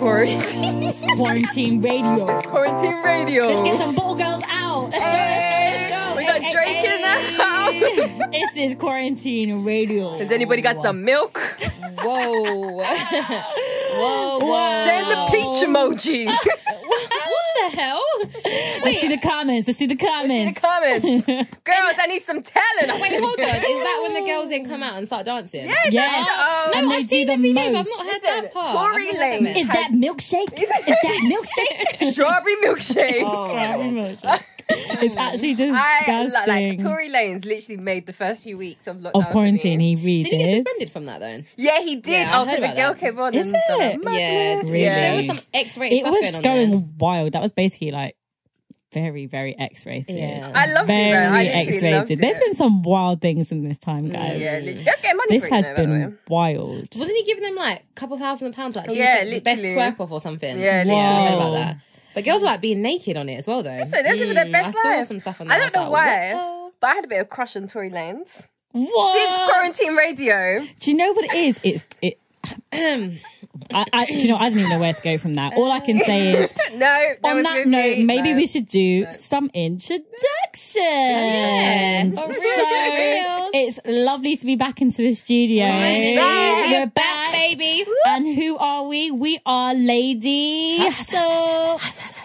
It's quarantine radio. Let's Quarantine radio. get some ball girls out. Let's Hey, go, let's go, let's go. Oh, we got Drake in the in there. this is quarantine radio. Has anybody got some milk? Whoa. whoa, whoa. Send the peach emoji. What the hell? Let's see the comments. Let's see the In the comments. comments. Girls, I need some talent. Wait, hold on. Is that when the girls then come out and start dancing? Yeah. Yes. Oh, and No, they do I've seen the the videos, but I've most. not heard Listen, that part. Tory I've not Lane. heard Is that. that milkshake? Is that milkshake? Strawberry milkshake. Strawberry milkshake. It's actually I disgusting. lo- like Tory Lane's literally made the first few weeks of lockdown. of for quarantine, me. he really Did he get suspended from that then? Yeah, he did. Yeah, I oh, because heard a about girl that. came on Is and done it? a madness. Really? There was some X-rated It stuff was going on. going there. wild. That was basically like very, very X-rated. Yeah. I loved very it though. I literally loved X-rated. it. There's been some wild things in this time, guys. yeah, literally. Let's get money This for it, has though, by the way. been wild. Wasn't he giving them like a couple thousand pounds? Like, Yeah, yeah, literally. best literally. twerk off or something. Yeah, I heard about Wow. that. But girls were like being naked on it as well, though. Mm, So they're living their best I saw life. some stuff on I that. don't was know like, why, what Ah, but I had a bit of crush on Tory Lanez What? since quarantine radio. Do you know what it is? It's it. I, I, do you know? I don't even know where to go from that. All I can say is, No, that on was that with note, me. maybe No. we should do some introductions. Yeah, so Oh, for real, for real. it's lovely to be back into the studio. We're Oh, back. We're Back, back. baby. And who are we? We are Lady Hustle.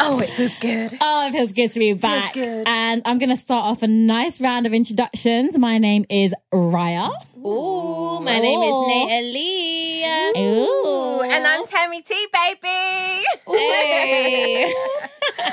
Oh, it feels good. Oh, it feels good to be back. good. And I'm going to start off a nice round of introductions. My name is Raya. Ooh, my name Ooh. is Natalie. Ooh. And I'm Tammy T, baby. Hey.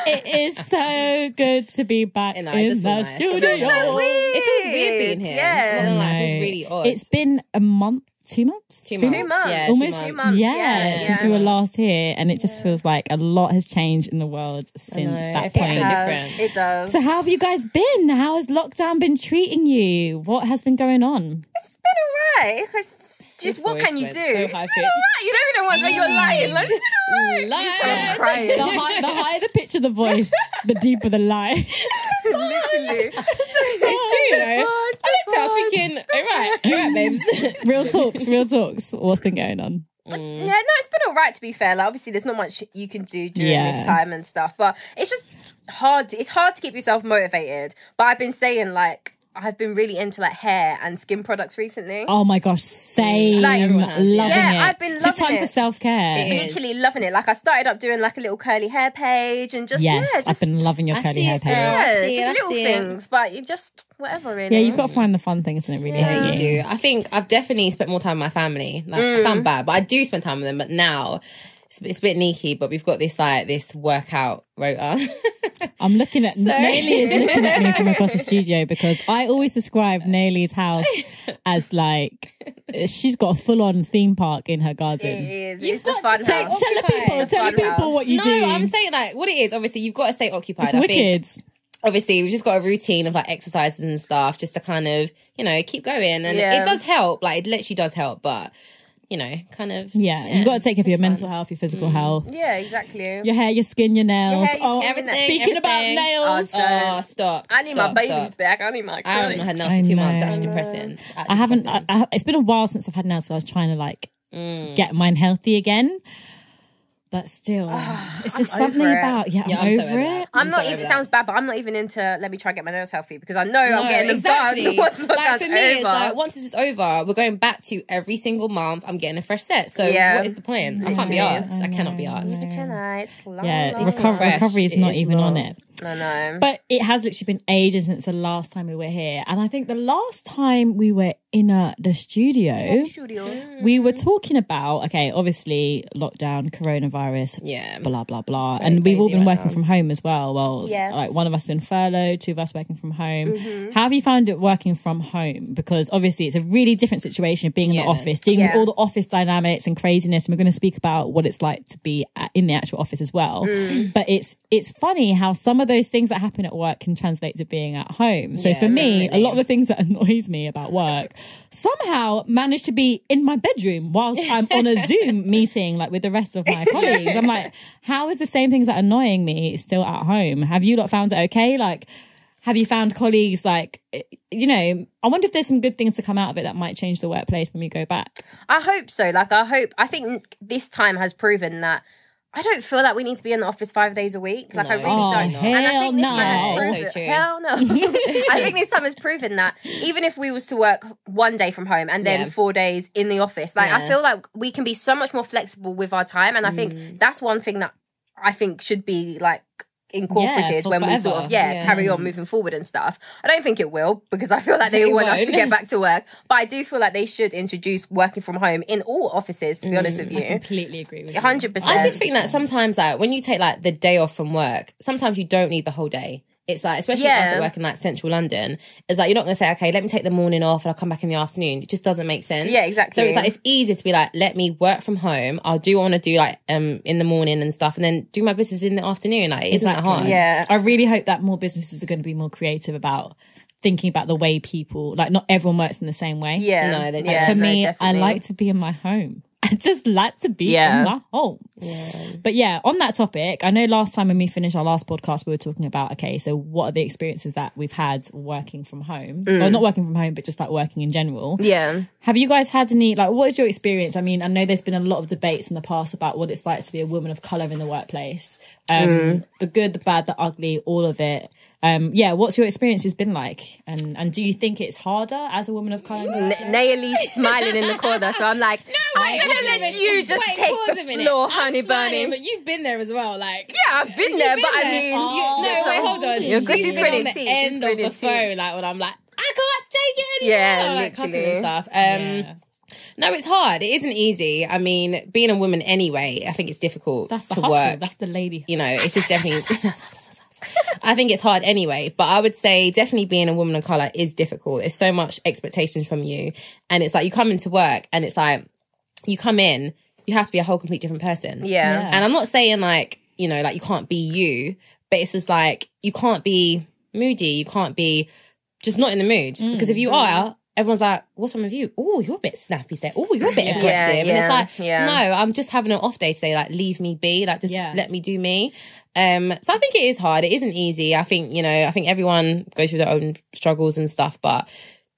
It is so good to be back And I in just the feel nice. studio. It feels so weird. It feels weird being here. Yeah. I'm not gonna lie, it No. feels really odd. It's been a month, two months? Three two months. Two months. Yeah, Almost two two months. months. Yeah, yeah, since yeah. we were last here, and it just feels like a lot has changed in the world since know, that it feels point. so different. It does. So, how have you guys been? How has lockdown been treating you? What has been going on? It's been alright. It's Just This what can voice you do? went so it's been high alright. pitched. You know the ones where you're lying. Like, it's been alright. Lies. I'm The, crying. high, the higher the pitch of the voice, the deeper the lie. Literally. It's true, you know. Oh, it's I been looked at her, I fun. was thinking, all right, all right, babes. Real talks, real talks. What's been going on? Yeah, no, it's been all right to be fair. Like, obviously, there's not much you can do during Yeah. this time and stuff, but it's just hard. It's hard to keep yourself motivated. But I've been saying like I've been really into like hair and skin products recently. Oh my gosh, same. Like, everyone has, loving yeah. it. Yeah, I've been It's just loving time for it. self care. It is. Literally loving it. Like I started up doing like a little curly hair page and just Yes, yeah, just I've been loving your I curly see hair. it, Taylor. girl. yeah, I see it, just I little see it. things. But you just whatever really. Yeah, you've got to find the fun things in it, really. Yeah, haven't you do. I think I've definitely spent more time with my family. Like, I sound bad, but I do spend time with them. But now it's, it's a bit sneaky. But we've got this like this workout rota. I'm looking at Naily is looking at me from across the studio because I always describe Naily's house as like she's got a full on theme park in her It garden. is. You've it's the got fun to take house. off Tell the people, It's a tell the fun people what you no, do. I'm saying like what it is. Obviously, you've got to stay occupied. it's I think wicked. obviously we've just got a routine of like exercises and stuff just to kind of you know keep going and Yeah. it does help like it literally does help but you know kind of yeah, you've got to take care of your it's fun. Mm. mental health, your physical health, Yeah, exactly. your hair, your skin, your nails. hair, your oh, skin, everything, speaking about everything. nails, Oh, oh stop I need my stop, baby's stop. back. I need my. I haven't curly- had I nails for two months know. it's actually depressing It's actually I haven't. I, depressing. I, it's been a while since I've had nails, so I was trying to like Mm. get mine healthy again. But still, it's just I'm over something it. about yeah, Yeah, I'm, I'm so over over it. that. I'm not so even. over It that. sounds bad, but I'm not even into. Let me try and get my nails healthy because I know I'm No, getting them done exactly. once lockdown's like for me, over. it's like once this is over, we're going back to every single month. I'm getting a fresh set. So Yeah. what is the point? I can't Literally. be arsed. I cannot be Literally. arsed. Can I? It's long, Yeah, long, recover- fresh. recovery is It not is even on not. it. No, no. But it has literally been ages since the last time we were here. And I think the last time we were in uh, the studio, studio. we were talking about, okay, obviously lockdown, coronavirus, Yeah. blah, blah, blah. really And we've all crazy been right working now. from home as well. Well, s- Yes. like one of us been furloughed, two of us working from home. Mm-hmm. How have you found it working from home? Because obviously it's a really different situation of being in the Yeah. office, dealing with Yeah. all the office dynamics and craziness. And we're going to speak about what it's like to be at, in the actual office as well. Mm. But it's it's funny how some of those things that happen at work can translate to being at home. So Yeah, for me, a definitely. lot of the things that annoys me about work somehow manage to be in my bedroom whilst I'm on a Zoom meeting, like with the rest of my colleagues. I'm like, how is the same things that are annoying me still at home? Have you lot found it okay? Like, have you found colleagues like eh, you know i wonder if there's some good things to come out of it that might change the workplace when we go back I hope so. Like, I hope, I think this time has proven that I don't feel that we need to be in the office five days a week. Like, I No. really Oh, don't. and I hell think this no. time has Yeah, proven, so true. hell no. I think this time has proven that even if we was to work one day from home and then Yeah. four days in the office, like, I Yeah. feel like we can be so much more flexible with our time. And I Mm. think that's one thing that I think should be like, incorporated for when we sort forever. of yeah, Yeah. carry on moving forward and stuff i don't think it will because i feel like they It want us to won't. get back to work but i do feel like they should introduce working from home in all offices to be honest Mm, with i you completely agree with you 100% I just think that sometimes, like when you take like the day off from work, sometimes you don't need the whole day. It's like, especially if us Yeah. that work in like central London, it's like you're not going to say, okay, let me take the morning off and I'll come back in the afternoon. It just doesn't make sense. Yeah, exactly. So it's like it's easier to be like, let me work from home. I'll do what I want to do like um in the morning and stuff, and then do my business in the afternoon. Like, it isn't that hard? Yeah. I really hope that more businesses are going to be more creative about thinking about the way people like not everyone works in the same way. yeah No, they don't. yeah, For no, me, definitely. I like to be in my home. I just like to be Yeah. in my home. But yeah, on that topic, I know last time when we finished our last podcast, we were talking about okay, so what are the experiences that we've had working from home? Mm. Or not working from home, but just like working in general. yeah Have you guys had any like what is your experience? I mean, I know there's been a lot of debates in the past about what it's like to be a woman of colour in the workplace. Um Mm. the good, the bad, the ugly, all of it. Um yeah, what's your experience has been like? And and do you think it's harder as a woman of colour? Mm. N- Naili's smiling in the corner, so I'm like, I'm gonna let you just pause a take the minute. floor, I'm honey smiling, bunny. But you've been there as well, like yeah, I've been there, been but I there. mean, Oh. No, wait, hold on. Your She's Chris is been grinning on the teeth, she's end of grinning the teeth. phone, like when I'm like, I can't take it anymore. Yeah, like, cussing literally. And stuff. Um, Yeah. No, it's hard. It isn't easy. I mean, being a woman anyway, I think it's difficult That's the to hustle. work. That's the lady. you know, it's just definitely. I think it's hard anyway, but I would say definitely being a woman of color is difficult. It's so much expectations from you, and it's like you come into work and it's like you come in, you have to be a whole complete different person. yeah, Yeah. And I'm not saying like, you know, like you can't be you, but it's just like you can't be moody, you can't be just not in the mood. Because if you Mm-hmm. are, everyone's like, What's wrong with you? Oh, you're a bit snappy today. Oh, you're a bit aggressive. Yeah, and yeah, it's like, yeah. no, I'm just having an off day today, like leave me be, like just Yeah. let me do me. Um, so I think it is hard. It isn't easy. I think, you know, I think everyone goes through their own struggles and stuff, but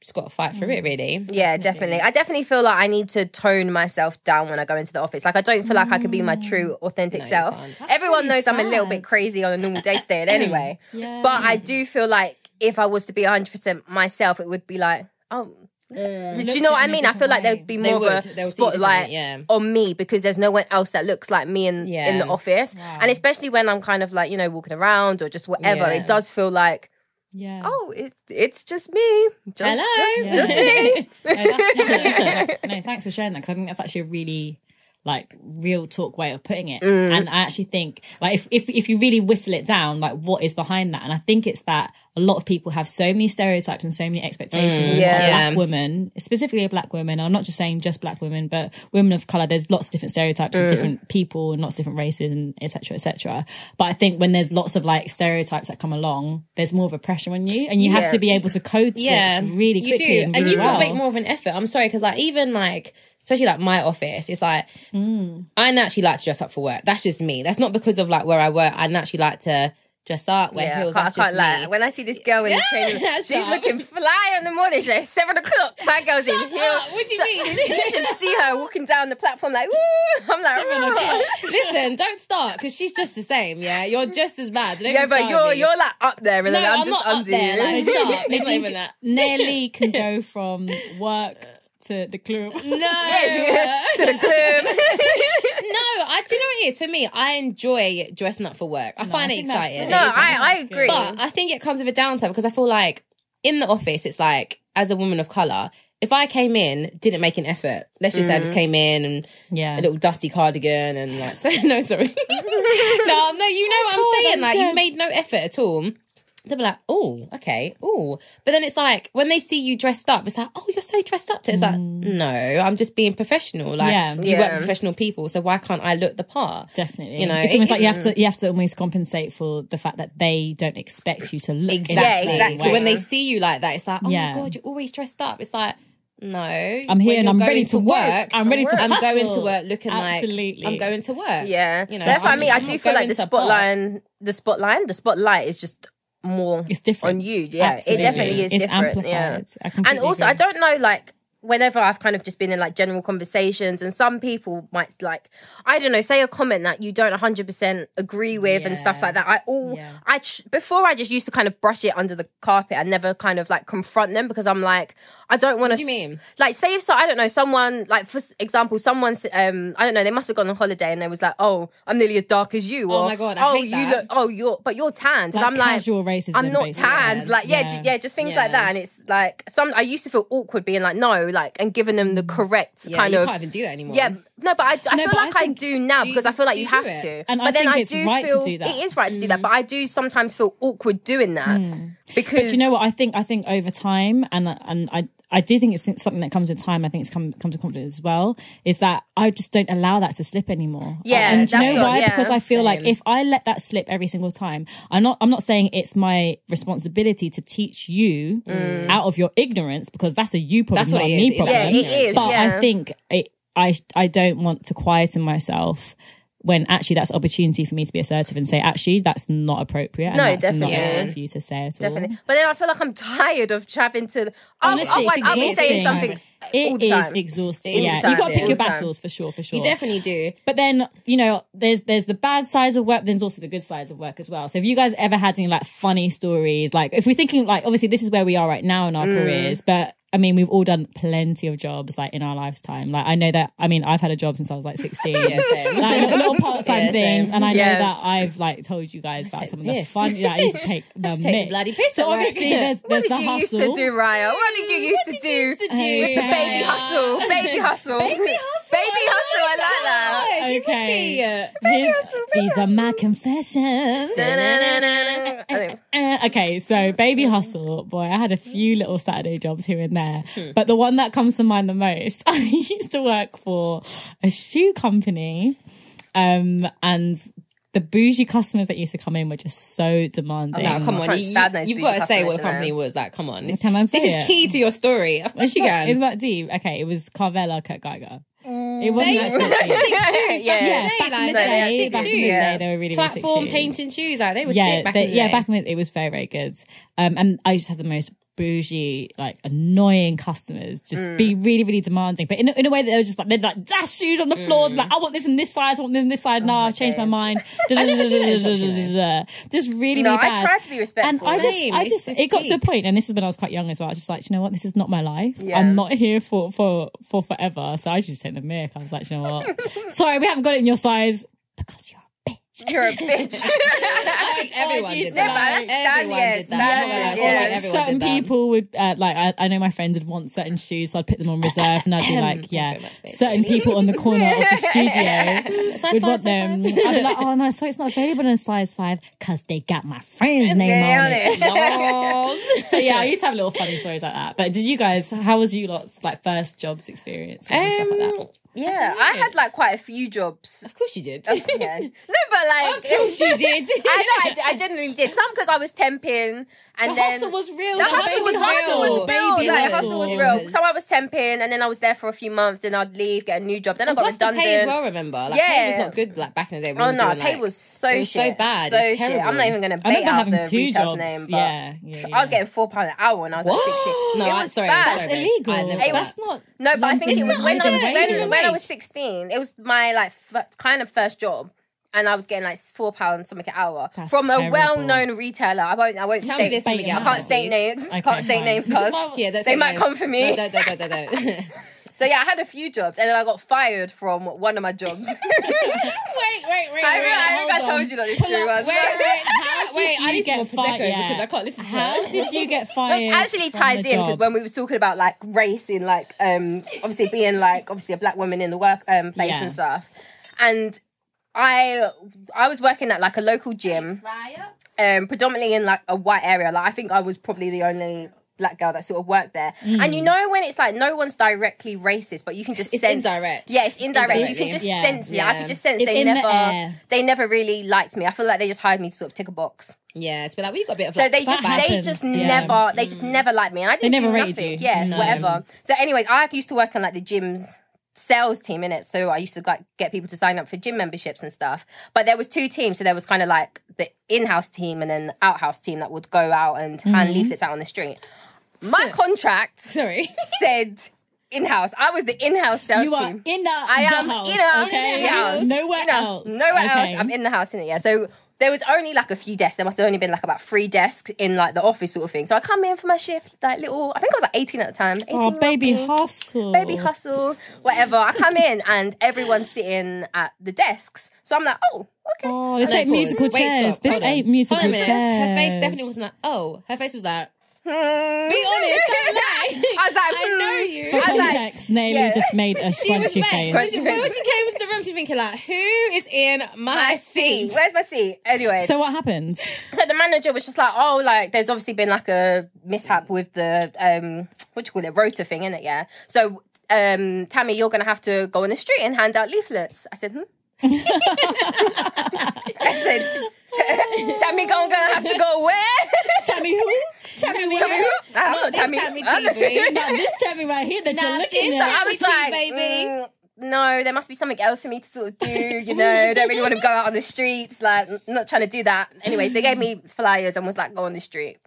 just gotta fight through it really. yeah, definitely. I definitely feel like I need to tone myself down when I go into the office. Like I don't feel like I can be my true, Mm. authentic you self. can't. Everyone really knows I'm a little sad. bit crazy on a normal day to day, anyway. Yeah. But Mm-hmm. I do feel like if I was to be 100% myself, it would be like, oh, do Looked you know at what I in a mean? I feel different like way. there'd be They more would. of They a would see you spotlight differently, yeah. on me because there's no one else that looks like me in, in the Yeah. office. And especially when I'm kind of like, you know, walking around or just whatever, Yeah. Mm. it does feel like, Yeah. oh, it, it's just me. Just, Hello. just, just me. no, that's- no, thanks for sharing that because I think that's actually a really like real talk way of putting it. Mm. And I actually think like if, if if you really whistle it down, like what is behind that? And I think it's that a lot of people have so many stereotypes and so many expectations of Mm, yeah. what a black woman, specifically a black woman. I'm not just saying just black women, but women of color. There's lots of different stereotypes Mm. of different people and lots of different races and etc. Cetera, etc. But I think when there's lots of like stereotypes that come along, there's more of a pressure on you, and you have Yeah. to be able to code switch really quickly You do, and and really you've got to well. make more of an effort. I'm sorry, because like even like especially like my office, it's like I naturally like to dress up for work. That's just me. That's not because of like where I work. I naturally like to dress up, wear Yeah, I heels. can't, I That's just can't lie. me. When I see this girl in the train, that's she's up. looking fly in the morning. She's like seven o'clock. My girl's in Shut here. up. What do you mean? she's- You should see her walking down the platform like, woo! I'm like, "Woo." Listen, don't start because she's just the same. Yeah, you're just as bad. Don't yeah, even but start you're me. you're like up there, and no, then I'm, I'm, just not up under there. you. Like, shut up. It's not even that. Nelly can go from work to the club. Mm, No, uh, Yeah, she- to the club. no. I do you know what it is for me. I enjoy dressing up for work. I find I it think that's exciting. good. no, It is I, I nice, yeah. agree. But I think it comes with a downside because I feel like in the office, it's like as a woman of color, if I came in, didn't make an effort. Let's just say Mm. I just came in and Yeah. a little dusty cardigan and like so, no, sorry, no, no, you know what I'm that's saying. Like you good. made no effort at all. They'll be like, oh, okay, oh. But then it's like when they see you dressed up, it's like, oh, you're so dressed up. To it's like, no, I'm just being professional. Like Mm. Yeah. you Yeah. work with professional people, so why can't I look the part? Definitely. You know, mm. it's almost it- like you have to you have to almost compensate for the fact that they don't expect you to look in Exactly. that Yeah, same exactly. way. So when they see you like that, it's like, oh Yeah. my god, you're always dressed up. It's like, no, I'm here and I'm ready to work. I'm ready to I'm going to hustle. work looking Absolutely. like I'm going to work. yeah, you know, so that's what I I'm- mean. I I'm do not feel like going the to a bar. spotlight, the spotlight, the spotlight is just more It's different. on you. Yeah, Absolutely. it definitely is It's different. Yeah, amplified. I completely and also I agree. don't know like. Whenever I've kind of just been in like general conversations, and some people might like, I don't know, say a comment that you don't 100% agree with and stuff Yeah. like that. I all, Yeah. I tr- before I just used to kind of brush it under the carpet. I never kind of like confront them because I'm like, I don't want to. do you mean? Like, say if so, I don't know, someone like for s- example, someone s- um, I don't know, they must have gone on holiday and they was like, oh, I'm nearly as dark as you. Oh or, my God, I oh, hate you that. look, oh, you're, but you're tanned, Like and I'm like, casual racism. I'm not basically. um, tanned. Like, yeah, ju- yeah, just things like Yeah. that. And it's like some. I used to feel awkward being like, no, like, and giving them Mm. the correct Yeah, kind you of. can't even do that anymore. Yeah, no, but I, I No, feel but like I I, think- do now Do you- because I feel like do you you have do it? to. And but I then think I it's do right to feel do that. it is right to do that. But I do sometimes feel awkward doing that because Do Hmm. you know what I think? I think over time, and and I I do think it's something that comes with time. I think it's come comes with confidence as well. Is that I just don't allow that to slip anymore. Yeah, and do you that's know what- why? yeah, because I feel like same. if I let that slip every single time, I'm not I'm not saying it's my responsibility to teach you out of your ignorance because that's a you problem, That's what not a it me is. It's problem. Yeah, Mm. it is. But I yeah. think it, I I don't want to quieten myself when actually that's opportunity for me to be assertive and say actually that's not appropriate. And No, that's Not definitely. fair for you to say at all. Definitely. But then I feel like I'm tired of having to. Honestly, Honestly, it's I'll be saying exhausting. something It all is the time. exhausting. All the yeah, you time, got to yeah. pick All your the time. battles for sure, for sure. You definitely do. but then you know, there's there's the bad sides of work. There's also the good sides of work as well. So if you guys ever had any like funny stories, like if we're thinking like obviously this is where we are right now in our Mm. careers, but I mean we've all done plenty of jobs like in our lifetime. Like I know that I mean I've had a job since I was like 16. Yeah, same. Like little part time Yeah, things, same. and I know Yeah. that I've like told you guys about take some of the the piss. fun that I used to take. The take the mick. bloody piss So at work. obviously, there's, What there's did the you used hustle. Mm, to do, Raya? What did you used to do? It's the Hey, dude. with the Baby Yeah. hustle. Baby hustle. Baby hustle. Baby hustle. I like that. Okay. Okay. Here's- these are my confessions. Da-na-na-na-na. I think- Uh, okay, so baby Mm-hmm. hustle, boy, I had a few little Saturday jobs here and there, Hmm. but the one that comes to mind the most, I used to work for a shoe company, um, and the bougie customers that used to come in were just so demanding. No, Oh, come on. can't You, you, stand those have bougie got to say what customers, the company you was like. Come on. This, Can I say this is it? key to your story. Of course you Look, Is can. that deep? Okay, it was Carvella Kurt Geiger. It wasn't They- actually that deep. Yeah. Yeah, back in the they like, day, had back in the shoes. day, they were really really sick Platform shoes. painting shoes. Like they were yeah, sick back they- in the yeah, day. back in the, it was very, very good. Um, and I used to have the most bougie, like annoying customers, just be really, really demanding. But in, a- in a way that they were just like they'd like dash shoes on the floors, like I want this in this size, I want this in this size. Nah, I've changed my mind. Just really, No, really I bad. tried to be and respectful. I just, Same, I it's just, just it got to a peak. point, and this is when I was quite young as well. I was just like, "Do you know what, this is not my life. Yeah. I'm not here for for for forever. So I just hit the mic. I was like, "Do you know what, sorry, we haven't got it in your size because you're a bitch. You're a bitch. Like, everyone orgies and did that. No, but that's standard, Everyone did that. standard, Like, yeah. all right, Like, everyone certain did that. people would uh, like I, I know my friends would want certain shoes so i'd put them on reserve and i'd be like yeah Thank you very much, babe. certain people on the corner of the studio Size would five, want size them i'd five. be like oh no sorry it's not available in a size five because they got my friend's name Yeah, on it on it. so yeah i used to have little funny stories like that but did you guys how was you lot's like first jobs experience and stuff like that Um, Yeah, I had like quite a few jobs. Of course you did. Yeah. No, but like. Of course you did. I know, I, d- I genuinely did. Some because I was temping, and the then hustle was real the the hustle baby was hustle was hustle, real. baby Like, hustle was hustle. real. So I was temping, and then I was there for a few months. Then I'd leave, get a new job. Then I got Plus the redundant. pay as well, remember? Like, pay was Yeah. not good like back in the day. when Oh we no, were pay doing, like- was so it was so shit, bad, so it was shit. I'm terrible. not even gonna I bait remember out having the two retail's jobs. name, but yeah, I yeah, was yeah. getting four pound an hour when I was What? like 16. No, it I'm was sorry, I'm bad. sorry. That's Sorry, illegal. I never- That's, not. No, but I think it was when I was when, London minimum when I wage. was 16. It was my like f- kind of first job. And I was getting like four pounds something an hour That's from a terrible. well-known retailer. I won't. I won't Tell me state. this I when Bait we it get out. can't home, state please. names. Okay, can't state fine. names This is because my- Yeah, don't They say might no. come for me. No, don't, don't, don't, don't, don't. So yeah, I had a few jobs, and then I got fired from one of my jobs. wait, wait, wait. I, re- I hold think I on. told you that this story was. Wait, wait, wait. How, Wait, wait, I need I need to some more get fired. prosecco yeah. because I can't listen to How that. did you get fired? Which actually from ties the in because job? when we were talking about like race and like um obviously being like obviously a black woman in the work um, place Yeah. and stuff, and I I was working at like a local gym, um predominantly in like a white area. Like I think I was probably the only black girl that sort of worked there. And Hmm. you know when it's like no one's directly racist, but you can just It's sense indirect. Yeah, it's indirect. You Indirectly. can just Yeah. sense it. I Yeah. could just sense It's they in the never air. they never really liked me. I feel like they just hired me to sort of tick a box. Yeah, to be like, we got a bit of. So like, they just spice. they happens, just yeah. Mm. never they just never liked me. And I didn't never do rated nothing. you. Yeah, No. whatever. So anyways, I used to work on like the gyms sales team in it so i used to like get people to sign up for gym memberships and stuff but there was two teams so there was kind of like the in-house team and then the outhouse team that would go out and Mm-hmm. hand leaflets out on the street my contract Sorry. said in-house i was the in-house sales You are team in the, I the am house, in a okay? in a house. Nowhere in a- else. Nowhere okay. else. I'm in the house, in it. Yeah. So there was only like a few desks. There must have only been like about three desks in like the office sort of thing. So I come in for my shift, like little. I think I was like 18 at the time. 18 Oh, -year-old baby me. hustle. Baby hustle, whatever. I come in and everyone's sitting at the desks. So I'm like, oh, okay. Oh, this No, ain't pause. musical Wait, chairs. stop. This Hold on. ain't musical Hold on a chairs. minute. Her face definitely wasn't like, oh. Her face was like, Hmm. be honest, don't lie. I was like, I know hmm. you. I For was like, context, Naomi yeah. just made a She was scrunchy vexed. face. When she when she came into the room, she's thinking like, who is in my my seat. seat? Where's my seat? Anyway, So what happened? So the manager was just like, oh, like there's obviously been like a mishap with the um what do you call it, rotor thing, innit? Yeah. So um Tammy, you're gonna have to go on the street and hand out leaflets. I said, hmm. I said, "Ta- Tammy, gonna gonna have to go where? Tammy who? Tammy who? Tammy, who? I don't know, Not this Tammy. Oh, Tammy I don't- TV. Now this Tammy right here that Nah, you're looking this So at. I was Tammy, like, baby. "Mm, no, there must be something else for me to sort of do, you know. Don't really want to go out on the streets, like n- not trying to do that. Anyways, they gave me flyers and was like, go on the street.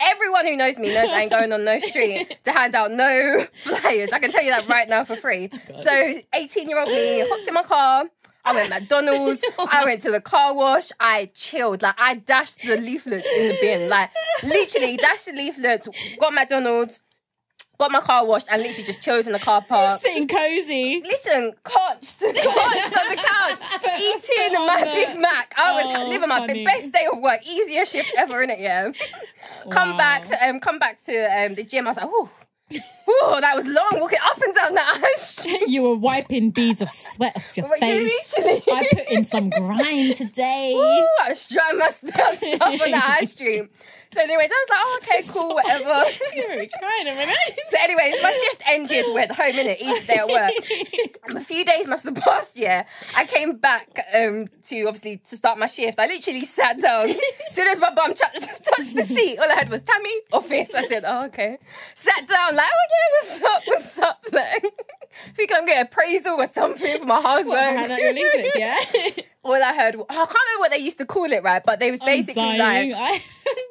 Everyone who knows me knows I ain't going on no street to hand out no flyers. I can tell you that right now for free. So 18 year old me hopped in my car. I went McDonald's. I went to the car wash. I chilled. Like I dashed the leaflets in the bin. Like literally dashed the leaflets, got McDonald's, got my car washed, and literally just chilled in the car park. Sitting cozy. Listen, cotched, cotched on the couch, eating my Oh, Big Mac. I was oh, living my funny. b- best day of work, easiest shift ever in it. Yeah, come Wow. back, to, um, come back to um the gym. I was like, oh, oh, that was long walking up and down that aisle street. You were wiping beads of sweat off your But you face. literally, I put in some grind today. Ooh, I was trying my st- stuff on the high street. So, anyways, I was like, oh, okay, cool, whatever. Kind of, So, anyways, my shift ended with home in it, easy day at work. A few days must have passed, yeah. I came back um, to obviously to start my shift. I literally sat down. As soon as my bum ch- touched the seat, all I heard was Tammy, office. I said, oh, okay. Sat down, like, oh, yeah, what's up, what's up? Like, thinking I'm getting appraisal or something for my Hand out your housework. leaflets, yeah. all I heard, oh, I can't remember what they used to call it, right? But they was I'm basically like, dying. I-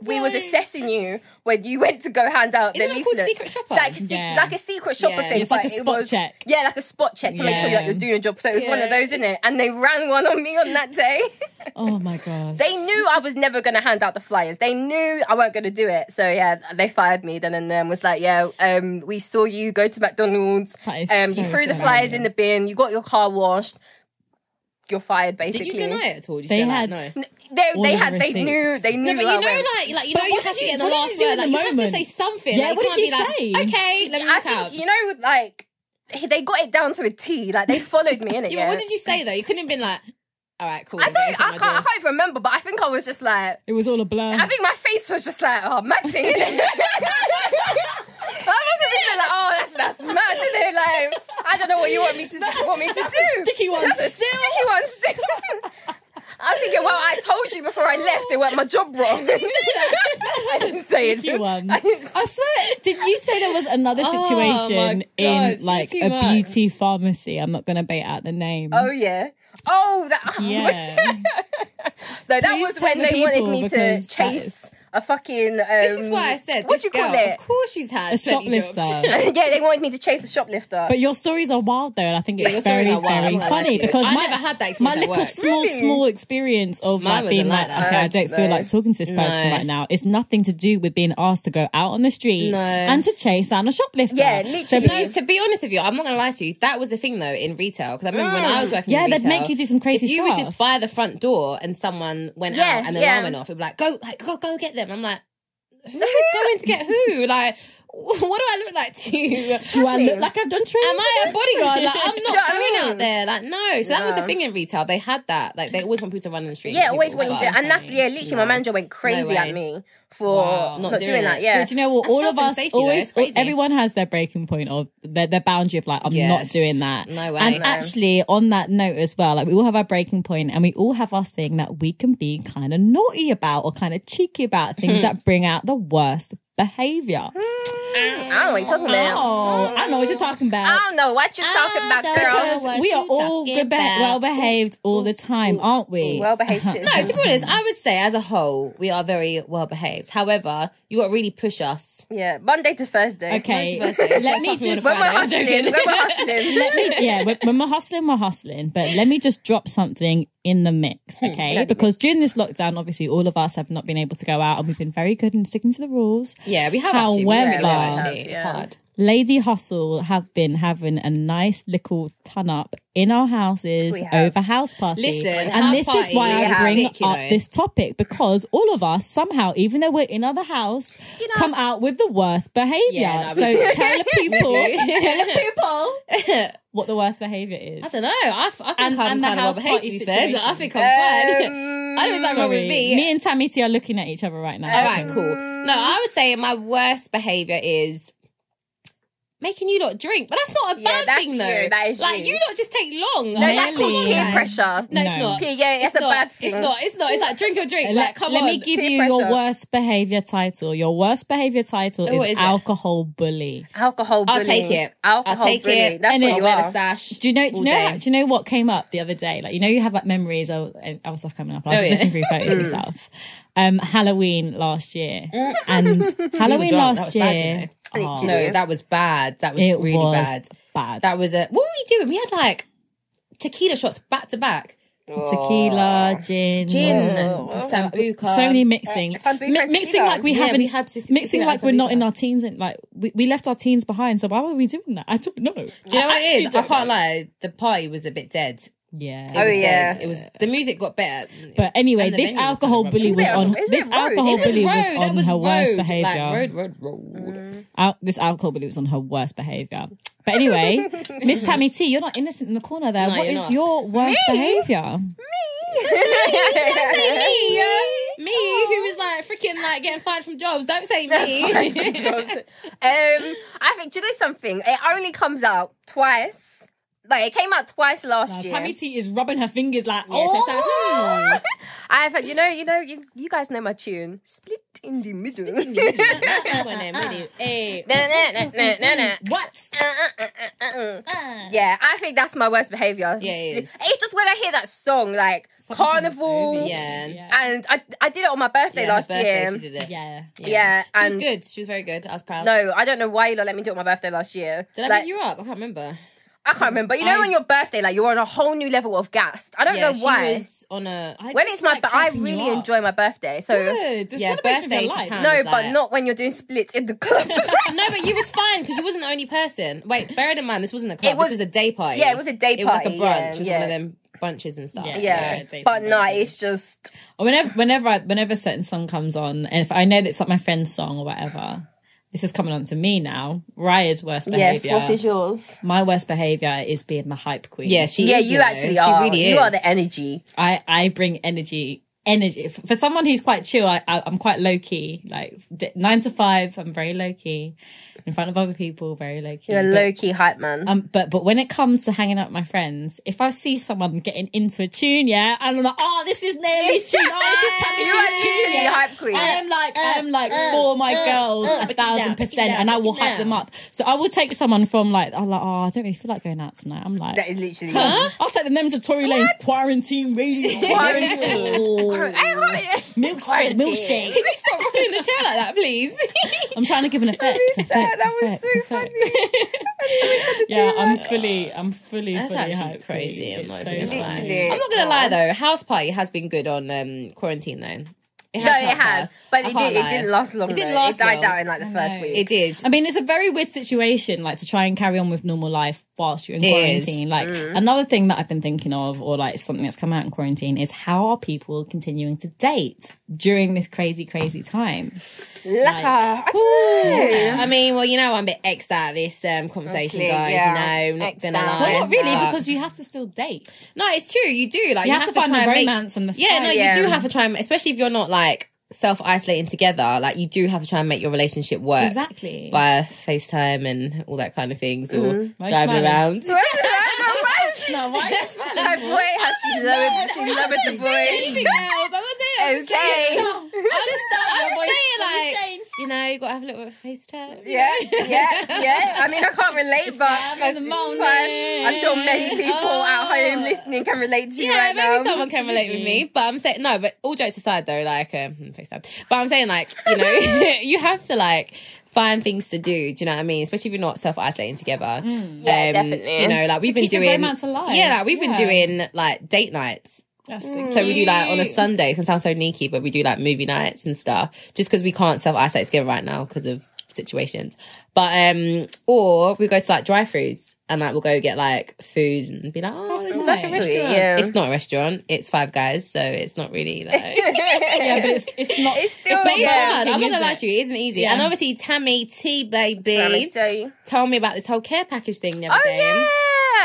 we was dying. assessing you when you went to go hand out the Isn't it called leaflets. secret shopper? It's like a, se- Yeah. like a secret shopper Yeah. thing. It's like but a it spot was, check. Yeah, like a spot check to make sure Yeah. that you're doing your job. So it was one of Yeah. those, in it? And they ran one on me on that day. Oh my gosh. they knew I was never going to hand out the flyers. They knew I weren't going to do it. So yeah, they fired me then and then was like, yeah, um, we saw you go to McDonald's. That is Um, you so threw the flyers in funny. the bin. You got your car washed. You're fired, Did basically. you deny it at all? Did you They say, like, had- no. N- They, All they the had, they receipts. knew, they knew. No, but I you know, went. like, like you know, But you what have did to you- get in the what did last you do word. in Like, the you have to moment? say something. Yeah, like, what you did you can't say? be like, okay, let me I look think out. you know, like they got it down to a T. Like they followed me in it. Yeah, yeah. but What did you say though? You couldn't have been like, all right, cool. I I'm getting don't. I some can't. I ideas." can't even remember. But I think I was just like. It was all a blur. I think my face was just like, oh, mad thing. Innit? I wasn't just like, oh, that's that's mad, isn't it? Like, I don't know what you want me to want me to That's do. a sticky one That's a still. sticky one still. I was thinking, well, I told you before I left, they went my job wrong. I didn't say it. Sticky one. I didn't I swear, did you say there was another Oh my situation God, in it's like too a much. beauty pharmacy? I'm not gonna bait out the name. Oh yeah. Oh, that. yeah. no, that Please was tell when the they wanted people me to because that chase is- a fucking. Um, This is why I said. What this do you call girl, it? Of course, she's had a plenty jobs. shoplifter. yeah, they wanted me to chase a shoplifter. But your stories are wild though, and I think it's your very, stories are wild, I'm very not gonna lie to funny you. because I my, never had that my experience at little work. small, Really? small experience of Mine like being wasn't like, like that. okay, I don't feel No. like talking to this person No. right now. It's nothing to do with being asked to go out on the streets No. and to chase down a shoplifter. Yeah, So literally. please No, to be honest with you, I'm not gonna lie to you. That was the thing though in retail because I remember when Mm. I was working. Yeah, in they'd retail, make you do some crazy If you stuff. was just by the front door and someone went Yeah, out and the yeah. alarm went off, it'd be like, go, like, go, go get them. I'm like, who's going to get who? Like, what do I look like to you? do I Jasmine. look like I've done training? Am I a bodyguard? Like, I'm you know not what I going mean? out there. Like, no. So that was the No. thing in retail. They had that. Like, they always want people to run in the street. yeah, People always wanted were to. And that's yeah, literally, my No. manager went crazy way. at me for Wow. not, doing, that. Yeah, But you know what? That's All of health and us safety, though. always, It's crazy. everyone has their breaking point or their, their boundary of like, I'm Yes. not doing that. No way. And No. actually, on that note as well, like we all have our breaking point and we all have our thing that we can be kind Hmm. of naughty about or kind of cheeky about things that bring out the worst behavior. I don't know what you're talking about. Oh, I know what you're talking I about. don't know what you're talking I about, don't girl. know. Because what we are you all talking good, be- about. well behaved all the time, aren't we? Well behaved No, to citizens. be honest, I would say as a whole, we are very well behaved. However, you got to really push us. Yeah, Monday to Thursday. Okay, Mine's birthday. let Fuck me me just. When we're I'm hustling, joking. when we're hustling. Let me- yeah, when, when we're hustling, we're hustling. But let me just drop something in the Hmm, mix, okay? Because during this lockdown, obviously, all of us have not been able to go out, and we've been very good in sticking to the rules. Yeah, we have actually. We However- really have, actually. Yeah. It's hard. Lady Hustle have been having a nice little ton up in our houses We have. over house party. Listen, and house this is party why is I bring sick, you up know. this topic because all of us somehow, even though we're in other house, come out with the worst behavior. Yeah, no, so we do. tell the people, do. tell the Um, people what the worst behavior is. I don't know. I, f- I think And- I'm and the kind of house well behaved, to party be fair. But I situation. think I'm fine. Um, Oh, I don't think that's wrong with Sorry. me. and Tammy T are looking at each other right now. All Um, right, cool. No, I would say my worst behavior is making you lot drink, but that's not a Yeah, bad that's thing you. though. That is like you. you. lot just take long. no, that's called Really? peer pressure. No, Uh, No. it's not. Peer, yeah, it's, a not. bad thing. It's not. It's not. It's like drink your drink. Let- Like, come let on. me give peer you your pressure. worst behavior title. Your worst behavior title Oh, is, what is it? alcohol bully. Alcohol I'll bullying. take it. Alcohol I'll take bullying. it. That's And what it- you Wear the are. sash. Do you know? Do all you know? day. Do you know what came up the other day? Like you know, you have like memories of and other stuff coming up. I was Oh, just yeah. looking through photos and stuff. Um, Halloween last year and Halloween drunk. That last was bad, year. you know. oh, Literally. No, that was bad. That was it really was bad. bad. That was a. What were we doing? We had like tequila shots back to back. Tequila, gin, Gin, Oh. sambuca. so many mixing, Uh, sambuca Mi- and mixing tequila. like we Yeah, haven't we had to- mixing tequila like and we're not sambuca. in our teens and like we, we left our teens behind. So why were we doing that? I don't know. Do you know what it is? I don't can't know. lie. The party was a bit dead. Yeah. It was Oh, yeah. dead. It was. The music got better. But anyway, And the this venue was alcohol kind of bully was rubbish. It was on. a bit- it was This a bit rude. alcohol It was bully was Road, that on her worst road, behavior. Like, road, road, road. Mm. Al- this alcohol bully was on her worst behavior. But anyway, Miss Tammy T, you're not innocent in the corner there. No, what is you're not. your worst behavior? Don't say me. Me, who was like freaking like getting fired from jobs. Don't say Five me. controls. um, I think do you know something? It only comes out twice. Like it came out twice last year. Tammy T is rubbing her fingers like, Yeah, so oh, it's like, hmm. I've had, you know, you know, you, you guys know my tune. Split in the middle. That one there, really. Hey. Na, na, na, na, na, na. what? Uh, uh, uh, uh, uh. Yeah, I think that's my worst behavior. Yeah, it is. It's just when I hear that song, like Something's Carnival. over you. Yeah. And I, I did it on my birthday Yeah, her last birthday, year. She did it. Yeah. Yeah, She was and good. She was very good. I was proud. no, I don't know why you lot let me do it on my birthday last year. Did I like, beat you up? I can't remember. I can't remember. You know, I- on your birthday, like you're on a whole new level of gassed. I don't yeah, know she why. was on a. I when just it's my, like but I hyping you really up. enjoy my birthday. So Good. The Yeah, celebration of your birthdays life. are no, Sounds but like- not when you're doing splits in the club. No, but you was fine because you wasn't the only person. Wait, bear in mind this wasn't a club. It was- this was a day party. yeah, it was a day It was party. like a brunch. yeah, it was yeah. one of them bunches and stuff. Yeah. Yeah, days but and no, brunches. it's just whenever whenever I, whenever a certain song comes on, and if I know that's like my friend's song or whatever, this is coming on to me now. Raya's worst behavior. yes. What is yours? my worst behavior is being the hype queen. Yeah, she. yeah, is, you know. actually she are. Really is. you are the energy. I I bring energy. Energy F- for someone who's quite chill. I, I I'm quite low key. Like d- nine to five, I'm very low key. In front of other people, very low key. You're a But- low key hype man. Um, but but when it comes to hanging out with my friends, if I see someone getting into a tune, yeah, and I'm like, oh, this is Naomi's tune. Oh, this is Tammy's you are tune. literally yeah. hype queen. Uh, I am like I am like for my girls a thousand percent, and I will hype them up. So I will take someone from like I'm like oh I don't really feel like going out tonight. I'm like that is literally. I'll take them to Tory Lane's quarantine radio. Quarantine. Oh, I hype- milkshake, Quarantine. milkshake. Can you stop rocking the chair like that, please? I'm trying to give an effect. missed effect, that. That was effect, so effect. yeah, I'm fully, I'm fully, That's fully actually hyped. crazy. I'm It's not so even gonna funny. Literally. lie. I'm not gonna lie though. House party has been good on um, quarantine though. It no, it helped has, us. but I it, can't did, it lie. didn't last long. It didn't though. last it died long. out in like the first know. week. It did. I mean, it's a very weird situation, like to try and carry on with normal life whilst you're in It is. quarantine. Like another thing that I've been thinking of, or like something that's come out in quarantine, is how are people continuing to date during this crazy, crazy time? Like, I don't know. I mean, well, you know, I'm a bit exed out of this um, conversation, Honestly, guys. yeah. You know, not Exed gonna out. lie. Well, not really, but- because you have to still date. no, it's true. You do like You have to find the try and make- romance and the yeah. No, spice. Yeah. you do have to try, and, especially if you're not like self isolating together. Like you do have to try and make your relationship work Exactly. via FaceTime and all that kind of things, or Why are you driving smiling? around. No, why is that? Her boy, how she lowered, she lowered the voice. Anything else? I'm not saying- Okay. I'm just I'm just saying, Your voice like, changed. you know, you gotta have a little bit of face tag. Yeah, yeah, yeah. I mean, I can't relate, but fine, in the it's moment. fine. I'm sure many people at home listening can relate to you Oh. Yeah, right maybe now. someone can relate with Mm-hmm. me, but I'm saying no. But all jokes aside, though, like um, hmm, FaceTime. But I'm saying like you know you have to like find things to do. Do you know what I mean? Especially if you're not self isolating together. Mm. Um, Yeah, definitely. You know, like we've been keep your doing romance alive. Yeah, like we've Yeah. been doing like date nights. That's so, So we do like on a cute. Sunday. It can sound so neaky, but we do like movie nights and stuff just because we can't self isolate together right now because of situations. But um, or we go to like dry foods and like we'll go get like food and be like, oh, That's it's nice. nice. That's Sweet, restaurant. yeah. It's not a restaurant. It's Five Guys, so it's not really like. Yeah, but it's, it's not. It's still- not But it's Yeah. Burger hard. King, I'm not is gonna lie it? to you, it isn't easy. Yeah. And obviously, Tammy T, Let me baby, tell you. told me about this whole care package thing the other Oh day.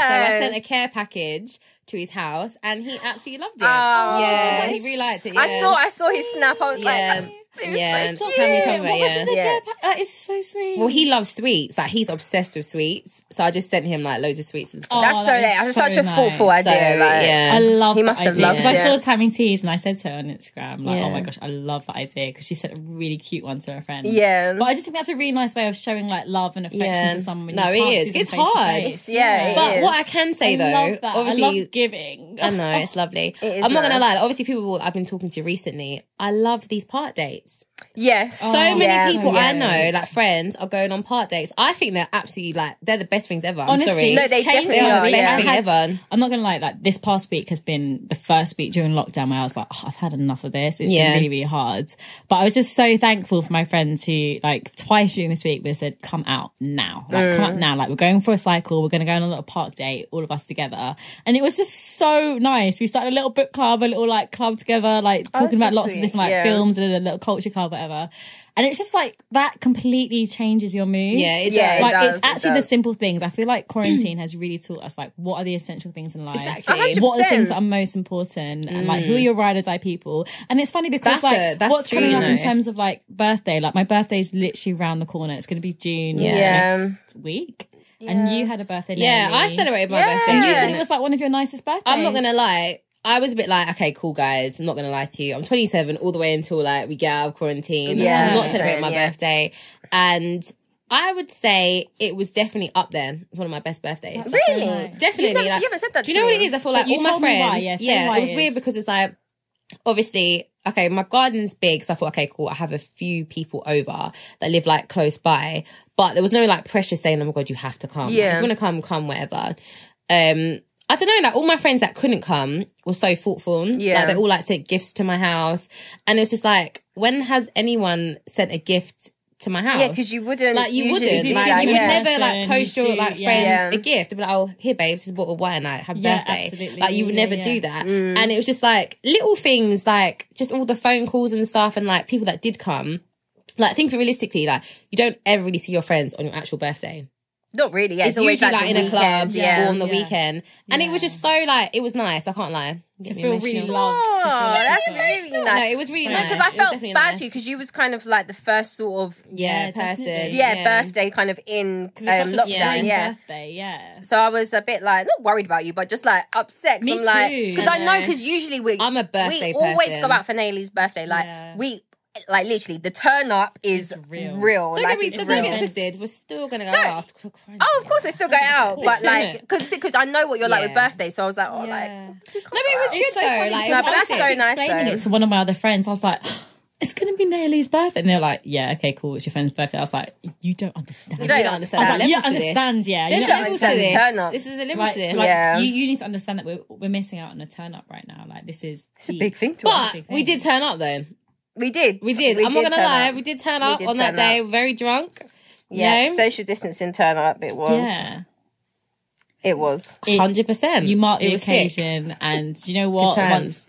So yeah. I sent a care package to his house, and he absolutely loved it. Oh, yeah, that's he really liked it. I yeah. saw I saw his snap. I was Yeah. like, it was Yeah. so Tell me, cute. tell me. What was yeah. it? The Yeah. yeah. That is so sweet. Well, he loves sweets. Like he's obsessed with sweets. So I just sent him like loads of sweets and stuff. That's Oh, so that is late. I'm so such a nice. thoughtful so idea. Like, I yeah, love. He that must have idea. loved Because I saw it. Tammy T's and I said to her on Instagram, like, Yeah. "Oh my gosh, I love that idea." Because she sent a really cute one to her friend. yeah. But I just think that's a really nice way of showing like love and affection Yeah. to someone. when No, you it can't is. do them It's face to hard. face. It's- yeah, it But is. what I can say though, I love that. obviously, I love giving. I know it's lovely. It is I'm not gonna nice. lie. Obviously, people will- I've been talking to recently. I love these part dates. yes. So So many Oh, yeah. people I know, Yes. like friends, are going on part dates. I think they're absolutely like they're the best things ever. I'm Honestly, sorry. No, they it's changed definitely my they are are, the week. best I yeah. thing had- ever. I'm not gonna lie, like this past week has been the first week during lockdown where I was like, oh, I've had enough of this. It's Yeah. been really, really hard. But I was just so thankful for my friends who, like, twice during this week, we said, come out now. Like, come out now. Like, we're going for a cycle. We're going to go on a little park date, all of us together. And it was just so nice. We started a little book club, a little, like, club together, like, talking so about lots sweet. of different, like, Yeah. films and a little culture club, whatever. And it's just like that completely changes your mood Yeah, it Yeah, does. like does, it's it actually the does. simple things. I feel like quarantine has really taught us like what are the essential things in life. Exactly. Mm. What are the 100%. things that are most important and like who are your ride or die people? And it's funny because That's like a- that's what's true, coming you up in know. terms of like birthday, like my birthday's literally round the corner. It's gonna be June Yeah. Yeah. next week. And you had a birthday. Yeah, Naomi. I celebrated my Yeah. birthday. And you Yeah. said it was like one of your nicest birthdays. I'm not gonna lie. I was a bit like, okay, cool, guys. I'm not gonna lie to you. I'm 27 all the way until like we get out of quarantine. Yeah, I'm not same, celebrating my yeah. birthday, and I would say it was definitely up there. It's one of my best birthdays. That's Really? so nice. Definitely. You've never- like- you haven't said that Do you to know what it me. is? I feel like you all my told me why, friends. yeah, say yeah, why it was it weird is. because it was like, obviously, okay, my garden's big, so I thought, okay, cool. I have a few people over that live like close by, but there was no like pressure saying, oh my god, you have to come. Like, Yeah. if you want to come, come, whatever. Um, I don't know. Like all my friends that couldn't come were so thoughtful. Yeah. like, they all like sent gifts to my house, and it was just like, when has anyone sent a gift to my house? Yeah, because you wouldn't. Like you usually wouldn't, do like that, you would yeah. never like Person, post your you do- like friends Yeah. yeah. a gift. They'd be like, oh, here, babe, this is bottle of wine. Like, have Yeah, birthday. absolutely. Like you would Yeah, never yeah. do that. Mm. And it was just like little things, like just all the phone calls and stuff, and like people that did come. Like think realistically, like you don't ever really see your friends on your actual birthday. Not really. Yeah, It's, it's, always usually like, the in a club weekend, or Yeah. on the Yeah. weekend, and it was just so like it was nice. I can't lie. to Get me feel really emotional. loved. to feel Oh, loved. that's Yeah. really No, nice. it was really No, No, nice. because It I was felt definitely bad nice. to you because you was kind of like the first sort of Yeah, Yeah, person. definitely. yeah, birthday kind of in um, Because it's such a lockdown. strange Yeah. birthday, yeah. So I was a bit like not worried about you, but just like upset. 'cause Me I'm like too. because I know know. because usually we I'm a birthday we always person. go out for Natalie's birthday. Like Yeah. we like literally the turn up is It's real. real. Don't like, get me it's don't get real. me twisted. We're still gonna go out. after quarantine. Oh, of course, they still go out, but like, because I know what you're like with Yeah. birthday, so I was like, oh, Yeah. like, No, but it was good It's so though. funny Like, No, because it but was that's I okay. was so nice, Explaining though. it to one of my other friends, I was like, "It's going to be Natalie's birthday," and they're like, "Yeah, okay, cool. It's your friend's birthday." I was like, "You don't understand." You don't You don't You don't understand. understand. There's yeah, levels to this. understand. Yeah, There's you don't levels to understand. this. Turn up. This is a level Like, to this. like, Yeah. you, you need to understand that we're we're missing out on a turn up right now. Like this is it's a big thing to us. but we did turn up though. We did, We did. I'm not gonna turn lie. up. We did turn up did on that turn day, very drunk. yeah, No? social distancing turn up. It was, Yeah, it was. It- Hundred percent. you mark It the was sick. occasion, and you know what? times. Once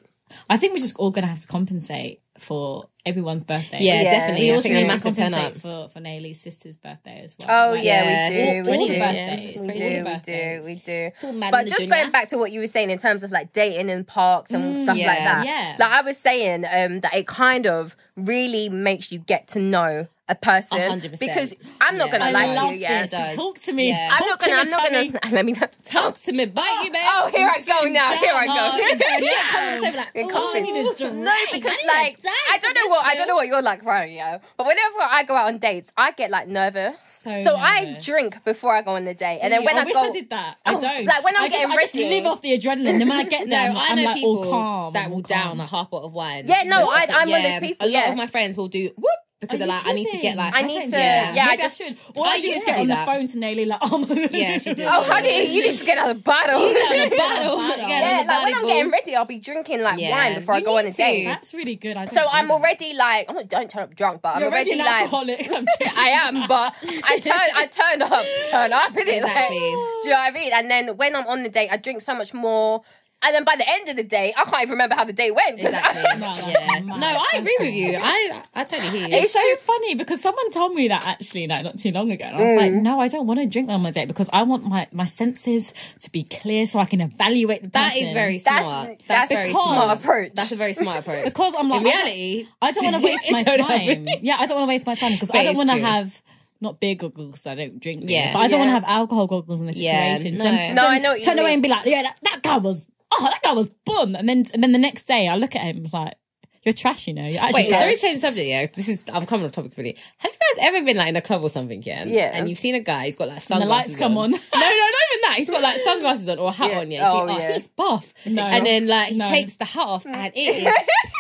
I think we're just all going to have to compensate for everyone's birthday. Yeah, Yeah. definitely. We I also think a need to massive turn up. compensate for for Natalie's sister's birthday as well. Oh Like, yeah, we yeah, do, all- we all do, the birthdays, we all do, the we do, birthdays. we do. It's all mad But in the just junior. going back to what you were saying in terms of like dating and parks and stuff like yeah. that. Yeah. Like I was saying, um, that it kind of really makes you get to know a a person 100%. because I'm not gonna Yeah. I lie love to you. Yeah, this. does. Talk to me. Yeah. Talk I'm not to gonna. me, I'm not Tammy. gonna. Let me. Talk to me, bite me, babe. Oh, here I go now. Here I Oh, go. yeah, Yeah. come over like, In ooh, Oh, I confidence. need a drink. No, because like I don't know what I don't know what you're like, Romeo. But whenever I go out on dates, I get like nervous. So I nervous. drink before I go on the date, and then when I, I, wish go, I did that. I Oh, don't. like, when I'm I just, getting I just risky. live off the adrenaline. And when I get No, there, I'm, I know I'm like people all calm. that I'm will all down calm. a half bottle of wine. Yeah, no, I- I'm one of those Yeah, people, A lot yeah. of my friends will do whoop because Are they're you like, I need to get kidding? like, I need don't to- do that. yeah, I Maybe just- should. All I, I do used is to get do on the that. phone to Nelly like, oh, Yeah, she did. oh honey, you need to get out of the bottle. on a bottle. Yeah, Get on yeah, a like when bottle. I'm getting ready, I'll be drinking like Yeah, wine before I you go on need a date. to. That's really good. I don't So do I'm that. already like, I'm not, don't turn up drunk, but I'm You're already, already an like, alcoholic. I'm joking. I am, but I turn, I turn up, turn up in it. Like, do Exactly. you know what I mean? And then when I'm on the date, I drink so much more. And then by the end of the day, I can't even remember how the day went. 'cause I was- Exactly. No, yeah. that's No, mad. I agree with you. I I totally hear you. It's so funny because someone told me that actually, like not too long ago, and I was like, Mm. "No, I don't want to drink on my date because I want my my senses to be clear so I can evaluate the That person." is very That's smart. That's, that's very because- smart smart. approach. That's a very smart approach. because I'm like, in I don't- reality, I don't want to waste my don't have time. Yeah, I don't want to waste my time because But I don't it's want to true. have not beer goggles. 'cause I don't drink beer, Yeah. but I don't want Yeah. to have alcohol goggles in this Yeah, situation. no. I'm- No, I know what you Turn away mean. and be like, yeah, that, that guy was. Oh, that guy was bum. And then and then the next day, I look at him. and It's like you're trash. You know, you're actually Wait, trash. sorry to change the subject. Yeah, this is I'm coming off topic really. Have you guys ever been like in a club or something? Yeah, Yeah. And you've seen a guy. He's got like And the sunglasses. lights come on. No, no, not even that. He's got like sunglasses on or a hat Yeah. on. Yeah, You Oh, think, oh, yeah. he's buff. No. And then like he No. takes the hat off and it is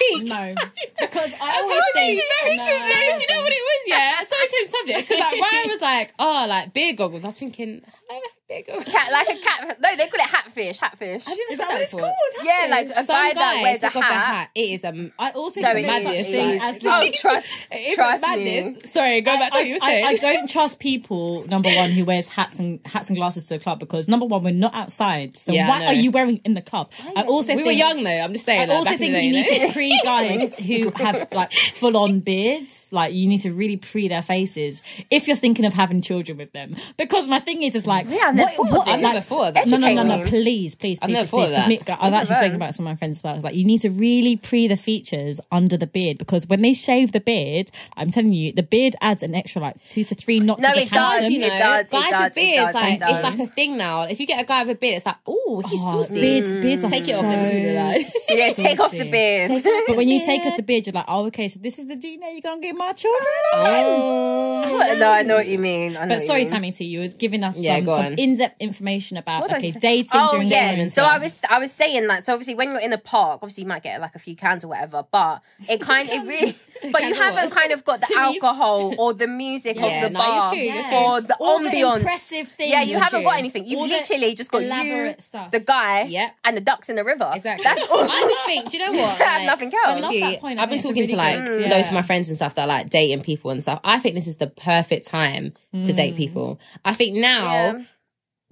pink. No, because I How always did think. you make No, it no, this? no. You know what it was? Yeah, sorry to change the subject. Because like Ryan was like, oh, like beer goggles. I was thinking, have I ever had beer goggles? cat, like a cat. No, they call it hatfish. Hatfish. Have you ever Is had that what it's before? called? Yeah, like a Some guy that guys wears a took off hat. It is a I also No, think it there's is. such madness, thing it as is. the- Oh, trust, It's trust me. madness. Sorry, go back to what you I, were I, I saying. don't trust people. Number one, who wears hats and hats and glasses to a club because number one, we're not outside. So Yeah, I why know. are you wearing it in the club? I also we think, were young though. I'm just I saying. like, also back in think the day, you you need know? to pre guys who have like full on beards. Like you need to really pre their faces if you're thinking of having children with them. Because my thing is, is like Yeah, I've never thought of I'm this. I've never thought of that. No, no, no, no, Educate me. please, please, please, never please. thought of please, 'cause that. me- I've actually Never. spoken about it to my friends as well. It's like you need to really pre the features under the beard because when they shave the beard, I'm telling you, the beard adds an extra like two to three notches. No, of it does, handsome. you know. It does, it guys does, with it beards, does, like it does. it's like a thing now. If you get a guy with a beard, it's like, oh, he's Oh, saucy. beards, beards are Take it so off them too, they're like- Yeah, take off the saucy. beard. But when you take off the beard, you're like, oh, okay, so this is the DNA you're gonna give my children. Oh. no, I know what you mean. I know But what you sorry, mean. Tammy, T, you were giving us Yeah, some, go some on. in-depth information about What was I okay saying? dating Oh during yeah. women and so stuff. I was I was saying like so obviously when you're in the park, obviously you might get like a few cans or whatever, but it kind it really but you Cans of what? haven't kind of got the Tinnies. alcohol or the music Yeah, of the no, you're bar true, you're true. or the All the ambience. impressive things, yeah, you you're haven't got true. anything. You've All the literally just got you, elaborate stuff. the guy, Yeah. and the ducks in the river. Exactly. That's all. I just think, do you know what? I have nothing else. I love that point. I have been think it's a really talking to like good- Mm. loads yeah. of my friends and stuff that are like dating people and stuff. I think this is the perfect time to date people. I think now Yeah.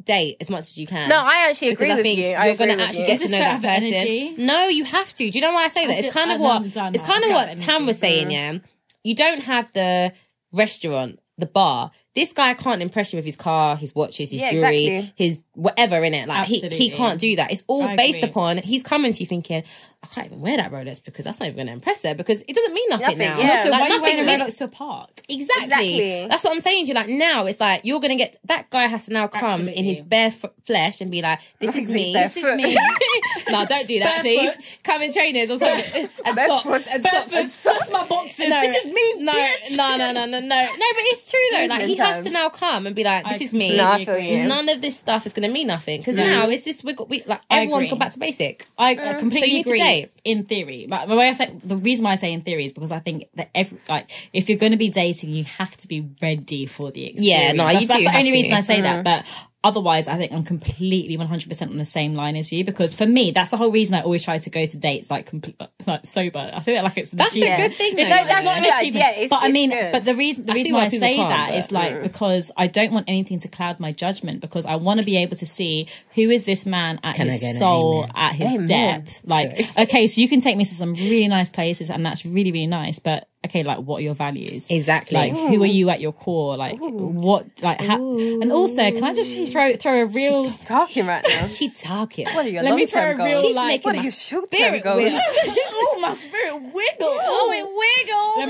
date as much as you can. No, I actually Because agree I with think you. you're I agree gonna with actually you. get to Just know to that have the person. energy. No, you have to. Do you know why I say that? it's just- kind of I'm what done it's now. kind of Don't what have Tam energy. was saying. Yeah, you don't have the restaurant, the bar. This guy can't impress you with his car, his watches, his Yeah, jewelry, exactly. his whatever in it. Like he, he Absolutely. can't do that. It's all I based agree. upon he's coming to you thinking, I can't even wear that Rolex because that's not even going to impress her because it doesn't mean nothing, Nothing, now. yeah. so like, why are you nothing wearing mean- a Rolex to a park? Exactly. Exactly. That's what I'm saying to you. Like now, it's like you're gonna get that guy has to now come in his Absolutely. bare f- flesh and be like, "This is me. Bare This This is foot. is me. no, don't do that, Barefoot. please. Come in trainers or something and socks. Barefoot and Barefoot, socks. just my boxes. No, this is me. No, bitch. no, no, no, no, no, no. But it's true though. Like he has Sometimes. to now come and be like, "This I is me." No, I feel you. None of this stuff is gonna mean nothing because now it's just we got we like I everyone's agree. gone back to basic. I, I completely Uh, So you need to agree. date. In theory, but the way I say the reason why I say in theory is because I think that every like if you're going to be dating, you have to be ready for the experience. Yeah, no, that's, you that's do the have only to. Mm. reason I say that. But otherwise, I think I'm completely 100 percent on the same line as you because for me, that's the whole reason I always try to go to dates like complete, like sober. I feel like it's an That's achievement. a good thing. It's though. like, that's Yeah. not- Yeah, achievement. yeah, it's- but I it's mean, good. Mm. but the reason the I see reason why why I people say can't, that is but- like because I don't want anything to cloud my judgment because I want to be able to see who is this man at Can I get an his soul, amen? at his Amen. depth. Like, okay, so you can take me to some really nice places, and that's really really nice. But okay, like, what are your values? Exactly. Like, who are you at your core? Like, what? Like, ha- and also, can I just throw throw a real? She's talking right now. She talking. What are your Let me throw long-term a real goals? like. making what are my your short-term spirit goals? oh, my spirit wiggle. Oh, it wiggles.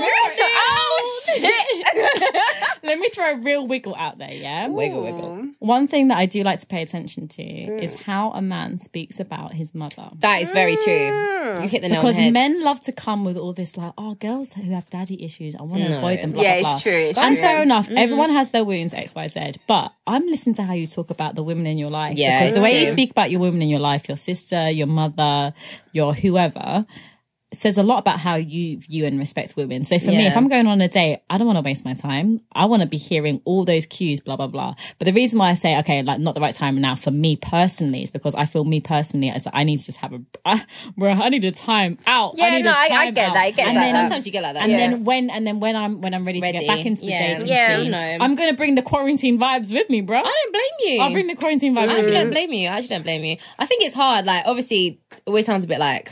Let me- oh, shit. Let me throw a real wiggle out there, yeah? Wiggle, wiggle. Mm. One thing that I do like to pay attention to is how a man speaks about his mother. That is very true. You hit the nail on Because the head. men love to come with all this, like, oh, girls who have daddy issues, I want to No. avoid them. Blah, Yeah, blah, it's blah. true, it's and true. fair Mm. enough, everyone has their wounds, X, Y, Z. But I'm listening to how you talk about the women in your life. Yeah, because the it's way you true. speak about your women in your life, your sister, your mother, your whoever, it says a lot about how you view and respect women. So for me, Yeah. if I'm going on a date, I don't want to waste my time. I want to be hearing all those cues, blah, blah, blah. But the reason why I say, okay, like not the right time now for me personally is because I feel me personally as I need to just have a, ah, bro, I need a time out. Yeah, need no, a I- I time get out. that, I get And that. then- Sometimes you get like that. and yeah. then when and then when I'm when I'm ready, to Ready. get back into the Yeah. dating Yeah. scene, No. I'm gonna bring the quarantine vibes with me, bro. I don't blame you. I'll bring the quarantine vibes I with actually me. don't blame you. I actually don't blame you. I think it's hard. Like, obviously, it always sounds a bit like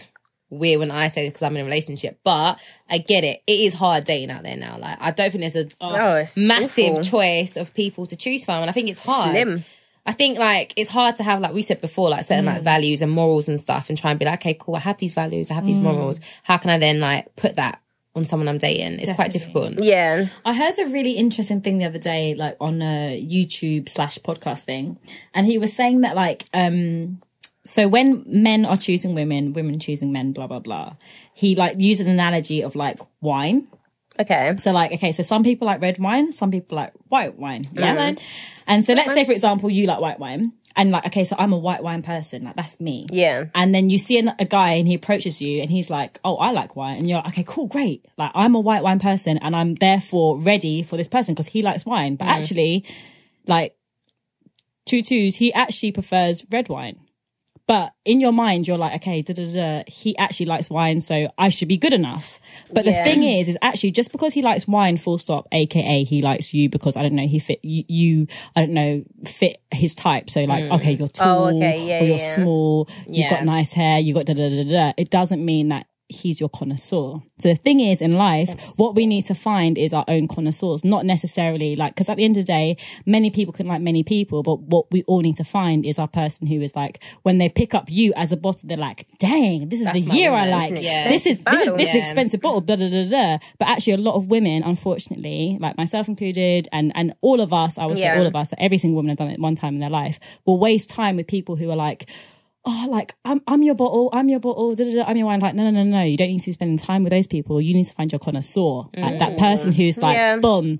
weird when I say because I'm in a relationship, but I get it. It is hard dating out there now. Like, I don't think there's a No, it's massive Oh, awful. choice of people to choose from, and I think it's hard. Slim. Mm. I think like it's hard to have like we said before like certain like values and morals and stuff and try and be like okay cool I have these values I have these Mm. morals how can I then like put that on someone I'm dating it's quite difficult Yeah. I heard a really interesting thing the other day, like on a YouTube slash podcast thing, and he was saying that like, um, so when men are choosing women, women choosing men, blah blah blah. He like used an analogy of like wine. Okay. So like, okay, so some people like red wine, some people like white wine. Yeah. And so let's say for example, you like white wine, and like, okay, so I'm a white wine person, like that's me. Yeah. And then you see an- a guy and he approaches you and he's like, "Oh, I like wine," and you're like, "Okay, cool, great. Like I'm a white wine person and I'm therefore ready for this person because he likes wine." But actually, like two twos, he actually prefers red wine. But in your mind, you're like, okay, da da da. He actually likes wine, so I should be good enough. But Yeah. the thing is, is actually just because he likes wine, full stop. AKA, he likes you because I don't know, he fit you. you I don't know, fit his type. So like, okay, you're tall, Oh, okay, yeah, or you're yeah. small, you've Yeah. got nice hair, you got da da da da. da. It doesn't mean that he's your connoisseur. So the thing is, in life, what we need to find is our own connoisseurs, not necessarily like because at the end of the day, many people can like many people, but what we all need to find is our person who is like when they pick up you as a bottle, they're like, "Dang, this is That's the my year I woman. like. It's an Yeah. This is this is bottle, this is yeah. expensive bottle." Da da da da. But actually, a lot of women, unfortunately, like myself included, and and all of us, I would Yeah. say all of us, that every single woman has done it one time in their life, will waste time with people who are like oh, like I'm, I'm your bottle, I'm your bottle, da, da, da, I'm your wine. Like, no, no, no, no. You don't need to be spending time with those people. You need to find your connoisseur, like that Mm. person who's like, Yeah. boom,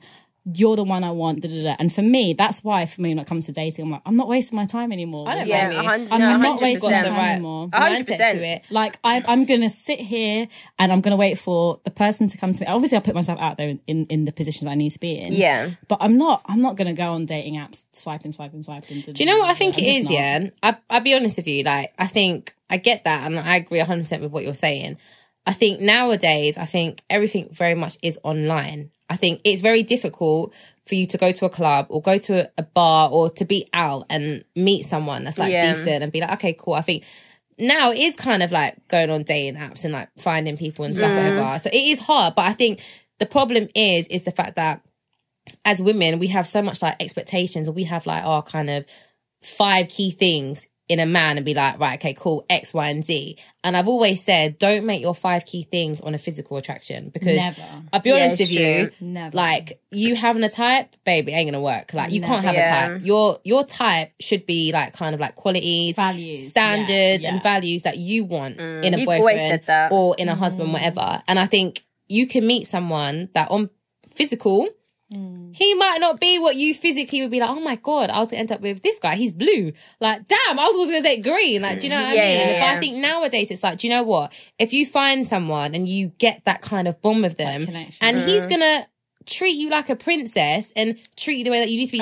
you're the one I want. Da, da, da. And for me, that's why for me when it comes to dating, I'm like, I'm not wasting my time anymore. I don't Yeah. blame a you. hun- I'm no, not 100%. wasting got the time right anymore. mindset 100%. to it Like I'm, I'm gonna sit here and I'm gonna wait for the person to come to me. Obviously, I put myself out there in, in, in the positions I need to be in. Yeah. but I'm not, I'm not gonna go on dating apps swiping, swiping, swiping. Do you know what I think it is? Yeah, I, I'll be honest with you. Like, I think I get that, and I agree 100 percent with what you're saying. I think nowadays, I think everything very much is online. I think it's very difficult for you to go to a club or go to a, a bar or to be out and meet someone that's like Yeah. decent and be like, okay, cool. I think now it is kind of like going on dating apps and like finding people and stuff, whatever. So it is hard, but I think the problem is is the fact that as women, we have so much like expectations, or we have like our kind of five key things in a man and be like, right, okay, cool, X, Y, and Z. And I've always said, don't make your five key things on a physical attraction because Never. I'll be Yeah, honest it's with you, true. Never. like you having a type, baby, ain't gonna work. Like you can't have Yeah. a type. Your your type should be like kind of like qualities, Values, yeah, standards, yeah. and values that you want in a Mm, You've boyfriend always said that. or in a Mm. husband, whatever. And I think you can meet someone that on physical. He might not be what you physically would be like. Oh my god, I was gonna end up with this guy. He's blue. Like, damn, I was always gonna say green. Like, do you know what Yeah, I mean? yeah, But I yeah. think nowadays it's like, do you know what? If you find someone and you get that kind of bond with them, connection. and he's Mm-hmm. gonna treat you like a princess and treat you the way that you need to be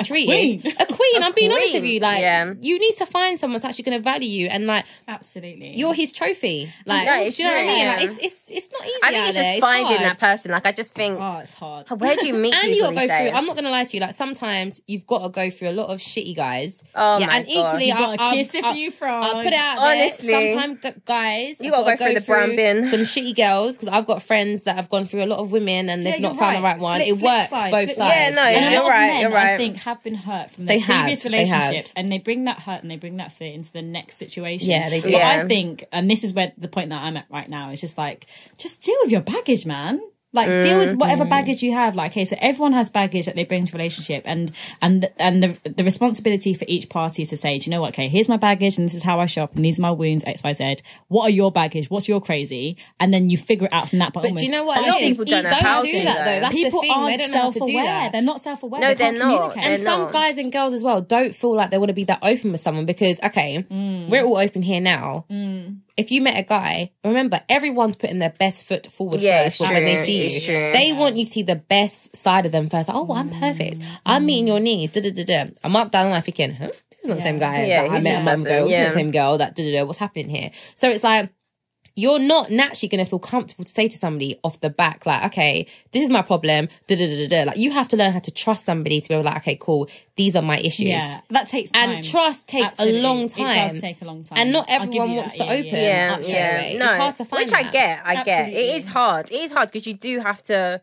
treated, queen. a queen. I'm being honest with queen, you. Like, yeah. you need to find someone that's actually gonna value you and like Absolutely. you're his trophy. Like, No, do it's you know what I true. mean? Like, it's, it's it's not easy. I think out it's there. just finding hard. that person. Like I just think, Oh, it's hard. where do you meet And you people gotta go these days? through. I'm not gonna lie to you. Like sometimes you've got to go through a lot of shitty guys. Oh yeah, my and God. equally, You I'll, got a I'll- kiss if I'll- you I'll put it out Honestly. there. Sometimes gu- guys, You have gotta go gotta through the brown bin. Some shitty girls, because I've got friends that have gone through a lot of women and they've Yeah, not you're found the right. right one. Flip- it flip works side, both flip Yeah, side. sides. no, And a you're lot of right, men, you're right. I think have been hurt from their They have, previous they have. relationships, and they bring that hurt and they bring that fear into the next situation. Yeah, they do. But I Yeah. think, and this is where the point that I'm at right now is just like, just deal with your baggage, man. Like deal with whatever baggage you have. Like, okay, so everyone has baggage that they bring to relationship, and and th- and the the responsibility for each party is to say, do you know what? Okay, here's my baggage, and this is how I shop, and these are my wounds X Y Z. What are your baggage? What's your crazy? And then you figure it out from that. But, But do you know what? A lot of it is? people don't know Don't how do to, that though. though. That's people the thing. They aren't don't know how to do self-aware. that. They're not self-aware. No, they can't they're not. communicate. They're and some not. guys and girls as well don't feel like they want to be that open with someone because okay Mm. we're all open here now if you met a guy remember everyone's putting their best foot forward Yeah, first it's when they true, see it's you true. Mm. they want you to see the best side of them first Like, oh well, i'm perfect i'm meeting your needs da, da, da, da. i'm up down the line thinking huh? this is not the same guy Yeah, that i he's met this a month ago person, This is not yeah. the same girl that da, da, da. what's happening here so it's like you're not naturally going to feel comfortable to say to somebody off the back, like, okay, this is my problem, da da da da da. Like, you have to learn how to trust somebody to be able, like, okay, cool, these are my issues. Yeah, that takes time. And trust takes Absolutely. a long It does time. take a long time. And not I'll give everyone you wants that, to yeah, open yeah. yeah, up straight yeah. away. No, It's hard to find which I that. get. I get. Absolutely. It is hard. It is hard because you do have to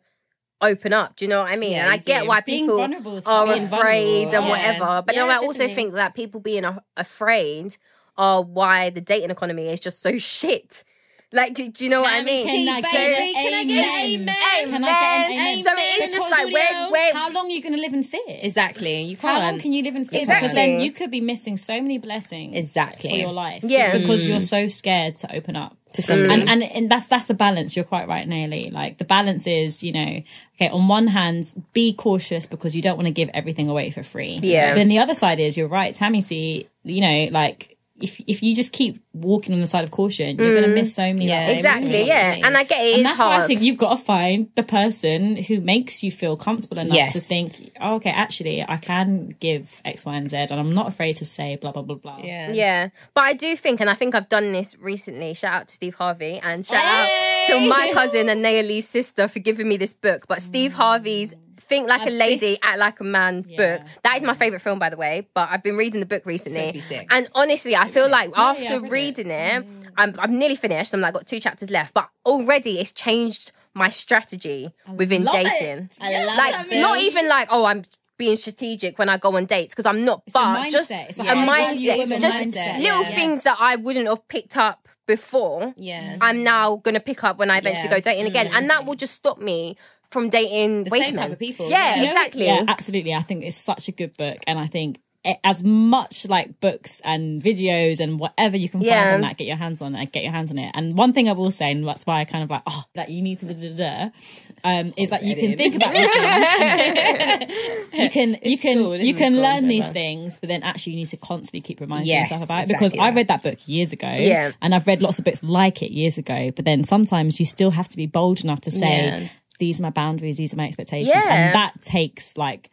open up. Do you know what I mean? Yeah, and I you get do. why Being people vulnerable is are hard. Being afraid vulnerable, and yeah. whatever. But Yeah, now I also definitely. think that people being a- afraid are why the dating economy is just so shit. Like, do do you know what I Can we mean? Can I Baby, get an can I get an amen? amen? Can I get Amen. an amen? So it is just Because like, where, audio, where, how long are you going to live in fear? Exactly. You how can't. long can you live in fear? Because then Exactly. you could be missing so many blessings Exactly. for your life. Yeah. Just because you're so scared to open up. to somebody. Mm. And, and and that's that's the balance. You're quite right, Naily. Like the balance is, you know, okay. On one hand, be cautious because you don't want to give everything away for free. Yeah. But then the other side is, you're right, Tammy. C. You know, like if if you just keep walking on the side of caution, you're going to miss so many. Yeah. lives. exactly, Exactly. Mm. yeah. And I get it is And that's hard. why I think you've got to find the person who makes you feel comfortable enough Yes. to think, oh, okay, actually, I can give X, Y, and Z, and I'm not afraid to say blah, blah, blah, blah. yeah. Yeah, but I do think, and I think I've done this recently. Shout out to Steve Harvey and shout out to my cousin and Naomi's sister for giving me this book. But Steve Harvey's "Think Like a Lady, Act Like a Man" Yeah. book that is my favorite film, by the way. But I've been reading the book recently, supposed to be sick. and honestly, I feel like yeah, after I've read it. reading it, I'm I'm nearly finished. I'm like got two chapters left, but already it's changed my strategy within love it. dating I love like that not film. even like oh I'm being strategic when I go on dates because I'm not, a but mindset. just It's a like, it's what you mindset, women just mindset. little Yeah. things that I wouldn't have picked up before. Yeah. I'm now gonna pick up when I eventually Yeah. go dating again, and that will just stop me from dating The same waste type men. of people. Yeah, You know, exactly. Yeah, absolutely. I think it's such a good book, and I think it, as much like books and videos and whatever you can Yeah. find on that, get your hands on it. Get your hands on it. And one thing I will say, and that's why I kind of like, oh, that you need to da da da, um, is that you can think about these things. you can you can cool, you isn't can it? learn Cool, these yeah. things, but then actually you need to constantly keep reminding Yes, yourself about it. exactly Because I that. read that book years ago, Yeah. and I've read lots of books like it years ago. But then sometimes you still have to be bold enough to say. Yeah. These are my boundaries. These are my expectations, Yeah. and that takes like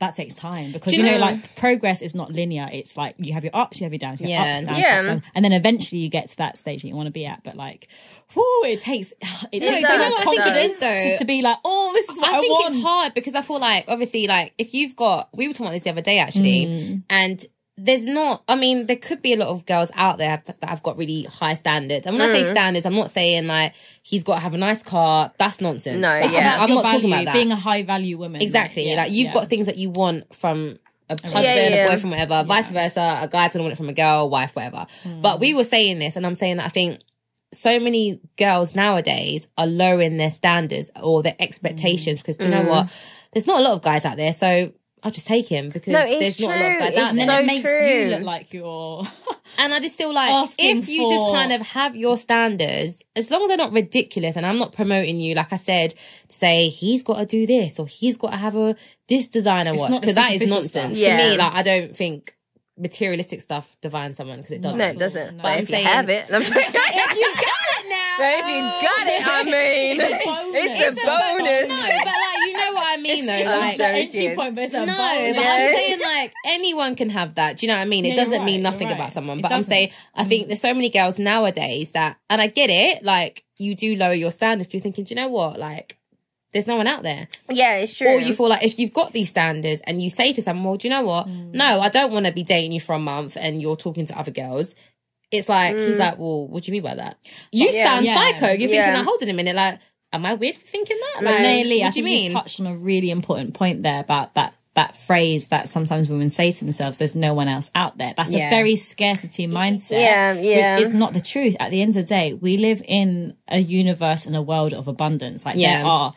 that takes time because Do you you know, know- like progress is not linear. It's like you have your ups, you have your downs, you have Yeah. ups, downs, Yeah. ups, downs, and then eventually you get to that stage that you want to be at. But like, whoo, it takes it takes does, so much it confidence does. to, to be like, oh, this is what I, I think want. it's hard because I feel like obviously like if you've got we were talking about this the other day actually Mm. and there's not I mean there could be a lot of girls out there that that have got really high standards and when Mm. I say standards I'm not saying like he's got to have a nice car that's nonsense No, That's- It's yeah. about I'm your not talking value, about that being a high value woman. exactly yeah, like you've yeah. got things that you want from a husband, yeah. Hmm. a boyfriend, whatever. Vice versa, a guy's gonna want it from a girl, wife, whatever. But we were saying this, and I'm saying that I think so many girls nowadays are lowering their standards or their Hmm. expectations because do you know what? There's not a lot of guys out there, so I'll just take him because No, it's there's not a lot of true. guys It's out and there. then so it makes true. you look like you're. And I just feel like Asking if you for- just kind of have your standards, as long as they're not ridiculous, and I'm not promoting you, like I said, to say he's got to do this or he's got to have a this designer watch not the because that is superficial nonsense. stuff. Yeah. To me, like I don't think materialistic stuff divines someone because it doesn't. No, it doesn't. No, but I'm if saying- you have it, I'm joking. If you got it now, But if you got it, I mean, a bonus. it's It's a a bonus. no, but like you know what I mean, though. it's like, like the entry joking. point, but it's a no, bonus. but Yeah. I'm saying like anyone can have that. Do you know what I mean? It Yeah, you're doesn't mean right, you're nothing right. about someone. It But I'm doesn't. saying I think there's so many girls nowadays that, and I get it. Like you do lower your standards. You're thinking, do you know what? Like there's no one out there. Yeah, it's true. Or you feel like if you've got these standards and you say to someone, well, do you know what? Mm. No, I don't want to be dating you for a month and you're talking to other girls. It's like, he's like, well, what do you mean by that? You Yeah. sound Mm. Yeah. psycho. You're Yeah. thinking, like, hold on a minute. Like, am I weird for thinking that? But Like, Naily, I Um, what do you think mean? you've touched on a really important point there about that that phrase that sometimes women say to themselves, there's no one else out there. That's Yeah. a very scarcity mindset. Yeah, yeah. Which is not the truth. At the end of the day, we live in a universe and a world of abundance. Like Yeah. there are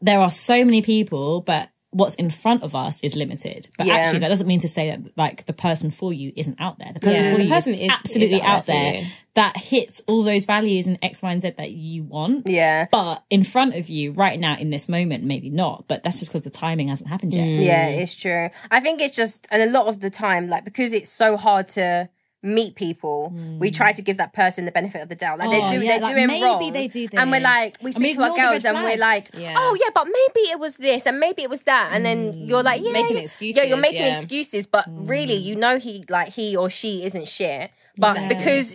there are so many people, but what's in front of us is limited. But Yeah. actually that doesn't mean to say that like the person for you isn't out there. The person Yeah. for The you person is, is- is absolutely out out there for there you. that hits all those values and X, Y, and Z that you want. Yeah. But in front of you right now in this moment, maybe not. But that's just because the timing hasn't happened yet. Yeah, it's true. I think it's just, and a lot of the time, like because it's so hard to meet people, we try to give that person the benefit of the doubt. Like Mm. Oh, they do, yeah, they're like, doing maybe wrong, they do and we're this. like, we And speak we to our ignore the girls, red and we're like, flags. Yeah. oh yeah, but maybe it was this, and maybe it was that, and then you're like, yeah, Mm. Making yeah, excuses, yeah, you're making yeah. excuses, but really, you know, he like he or she isn't shit, but Exactly. because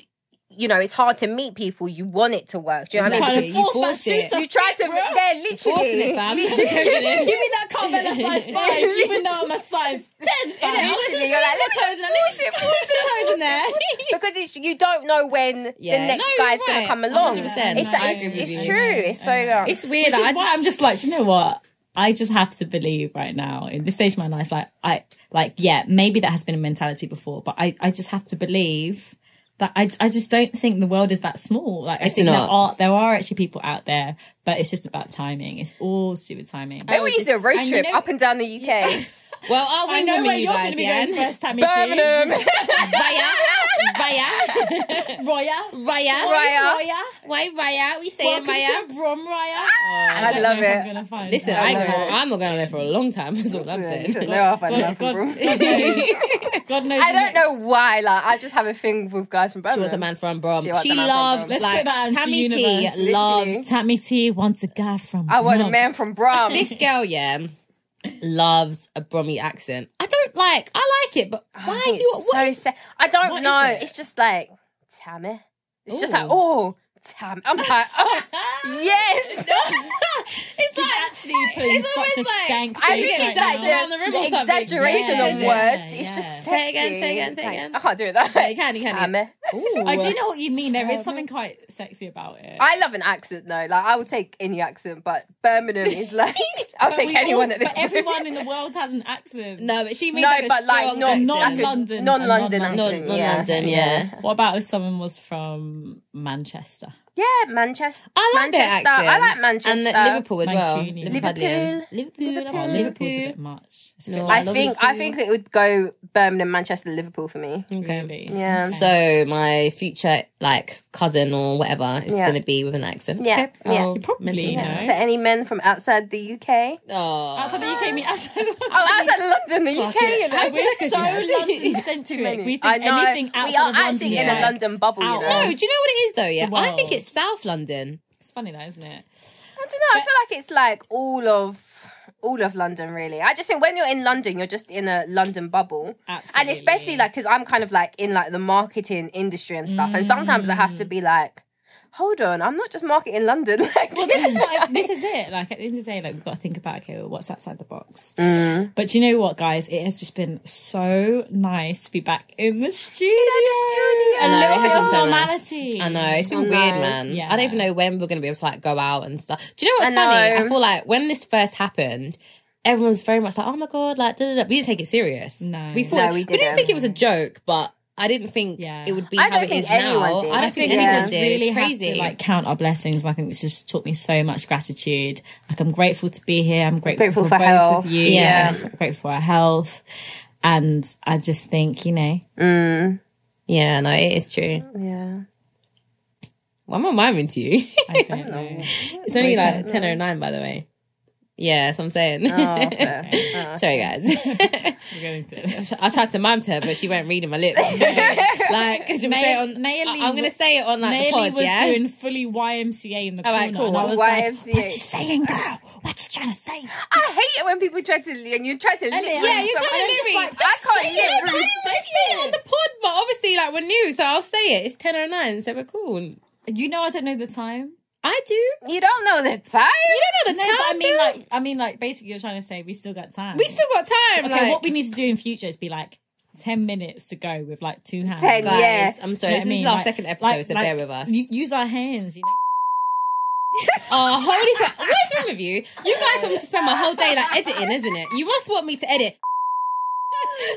you know it's hard to meet people, you want it to work. Do you know what I Trying mean? to you force that forced it. shooter You tried to, bro. yeah, Forcing it, literally, fam. Give me that Carmella size five, even though I'm a size ten. fam. Literally, you're like, let me just force it, force it, force it. because it's you don't know when Yeah. the next No, you're guy's gonna right. come along. 100%. It's No, I it's, agree with it's you. true. It's so um, It's weird. Which is I why I'm just like, do you know what? I just have to believe right now in this stage of my life. Like I, like yeah, maybe that has been a mentality before, but I, I just have to believe that I, I just don't think the world is that small. Like I think not. there are there are actually people out there, but it's just about timing. It's all to do with timing. maybe we need to uh, do a road and you trip know- up and down the UK. well, I'll I wing know woman where you you're going guys, to be yeah. going first time. Birmingham. Raya, Raya, Roya, Raya, Raya. Roya. why Raya? We saying Welcome Raya? to Brom Raya. Ah, I don't love know if I'm it. gonna find Listen, that. I ain't know. gonna, I'm not going there for a long time. That's all I'm Yeah, you saying. don't know if I God, love God, you, bro. God knows. God knows. I the don't next- know why. Like I just have a thing with guys from She was a Birmingham. man from Brom. She She, was a man from loves Brom. Let's put like that into the Tammy T universe. Literally. loves Tammy T wants a guy from. I want a Brom. man from Brum. this girl. Yeah, loves a Brommy accent. I don't like. I like it, but why I are think you? it's Oh, so sad. I don't what is know. it? It's just like Tammy. It's just Ooh. like oh Tammy. I'm like oh yes. it's like actually putting it's always such a like- skank I shit think right it's now. like Around the the, rim the or something. exaggeration Yeah, of yeah, words. It's yeah. just sexy. Say it again, say it again, say it Like, again. I can't do it though. you can, you can, you can. Damn it. Ooh. I do know what you mean. There is something quite sexy about it. I love an accent though. Like I would take any accent, but Birmingham is like I'll But take we anyone all- at this. But everyone in the world has an accent. No, but she means No, like a but like strong not accent. Not like in a London, non-London a accent. non- non- yeah. non-London, yeah. What about if someone was from Manchester? yeah, Manchester. I like their Manchester. I accent. like Manchester. and the- Liverpool as well. Mancunian. Liverpudlian. Liverpool, Oh, Liverpool, Liverpool's a bit much. It's a bit No, like I love think I Liverpool. Mm, think it would go Birmingham, Manchester, Liverpool for me. really. Yeah. Okay. So my future like cousin or whatever is Yeah. gonna be with an accent. Yeah, yeah. Oh, You probably mental know. So any men from outside the UK? Oh, outside the UK, me outside. Oh, outside London, the UK. You know? We're could so you have? London centric. We think I know. anything outside we are of London actually is in a like- London bubble, you Out- know. no, do you know what it is though? Yeah, The I think world. it's South London. It's funny though, isn't it? I don't know. I feel like it's like all of all of London, really. I just think when you're in London, you're just in a London bubble, and Absolutely. especially like because I'm kind of like in like the marketing industry and stuff, and sometimes I have to be like, hold on, I'm not just marketing London. Like, Well, this is what I, this is it. Like at the end of the day, like we've got to think about okay, well, what's outside the box. But you know what, guys? It has just been so nice to be back in the studio. studio. A I know, little it bit has of been so nice. normality. I know it's been I weird, know. man. Yeah. I don't even know when we're gonna be able to like go out and stuff. Do you know what's I funny? know. I feel like when this first happened, everyone was very much like, "Oh my god!" Like, da, da, da. we didn't take it serious. No. we thought No, we we, didn't. didn't. think it was a joke, but I didn't think Yeah. it would be. I how don't it think is anyone now. did. I I don't think think Yeah. we anyone just did. really it's crazy. have to like count our blessings. and I think this just taught me so much gratitude. Like I'm grateful to be here. I'm grateful, Grateful for, for both health. of you. Yeah. I'm grateful for our health. And I just think you know. Mm. yeah, no, it is true. yeah. Why am I miming to you? I don't know. It's only like ten oh nine, by the way. Yeah, that's what I'm saying. Oh, fair. Uh-huh. Sorry, guys. We're going to. I tried to mime to her, but she weren't reading my lips. like, could you May- say it on? May I- Lee I'm gonna was- say it on like the Maylee pod, was yeah. doing fully YMCA in the All corner. right, cool. And I was YMCA. like, what you saying, girl? What you trying to say? I hate it when people try to and you try to lip Yeah, read you're someone trying to and lip just read. like, I can't lip Just read. say Say it on it. the pod, but obviously, like we're new, so I'll say it. It's ten oh nine, so we're cool. You know, I don't know the time. I do. You You don't know the time. don't know the No, time. but I mean, though. like, I mean, like, basically, you're trying to say we still got time. we still got time. Okay, like, what we need to do in future is be like ten minutes to go with like two hands. 10, Like, guys, Yeah. do I'm you sorry. know what I This is mean? our Like- second episode, like- so like, bear with us. u- use our hands, you know. Oh, holy crap. What's wrong with you? You guys want me to spend my whole day like editing, isn't it? You must want me to edit.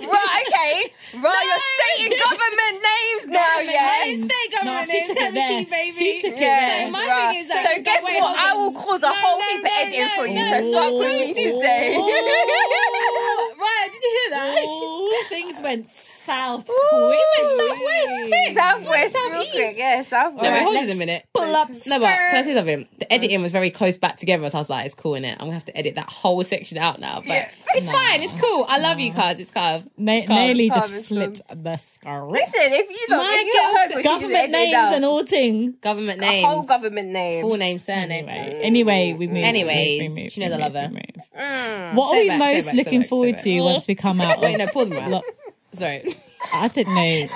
Right, okay. Right, you're stating government names now, yeah. It's their government she in took it Tennessee, there. baby. She took it Yeah. there. So my right. thing is that- so guess wait, what? hold I on. will cause a No, whole no, heap of no, editing no, for you. no, so no, fuck with me no. today. Oh. right, did you hear that? Oh, things went south went quickly. southwest quick. Southwest, South real East. quick. Yeah, Southwest. No, wait, hold on let's a minute. Pull up. No, but can I skirt. say something? The editing was very close back together, so I was like, it's cool, innit? I'm gonna have to edit that whole section out now. But Yeah. it's fine, it's cool. I love you, cuz. It's Cuz. Na- Nelly just Calvin's flipped the scarf. Listen, if you look, My if you heard what she just Government edited names out, and all ting. Government a names. whole government name. full name, surname. Anyway, anyway, we move. Mm-hmm. Anyways, we move, we move, she knows we I love move, her. Mm, we move. What Say are we back, say most back, say looking back, say forward back. to once we come out? Wait, no, pause Matt. Look, Sorry. I didn't know.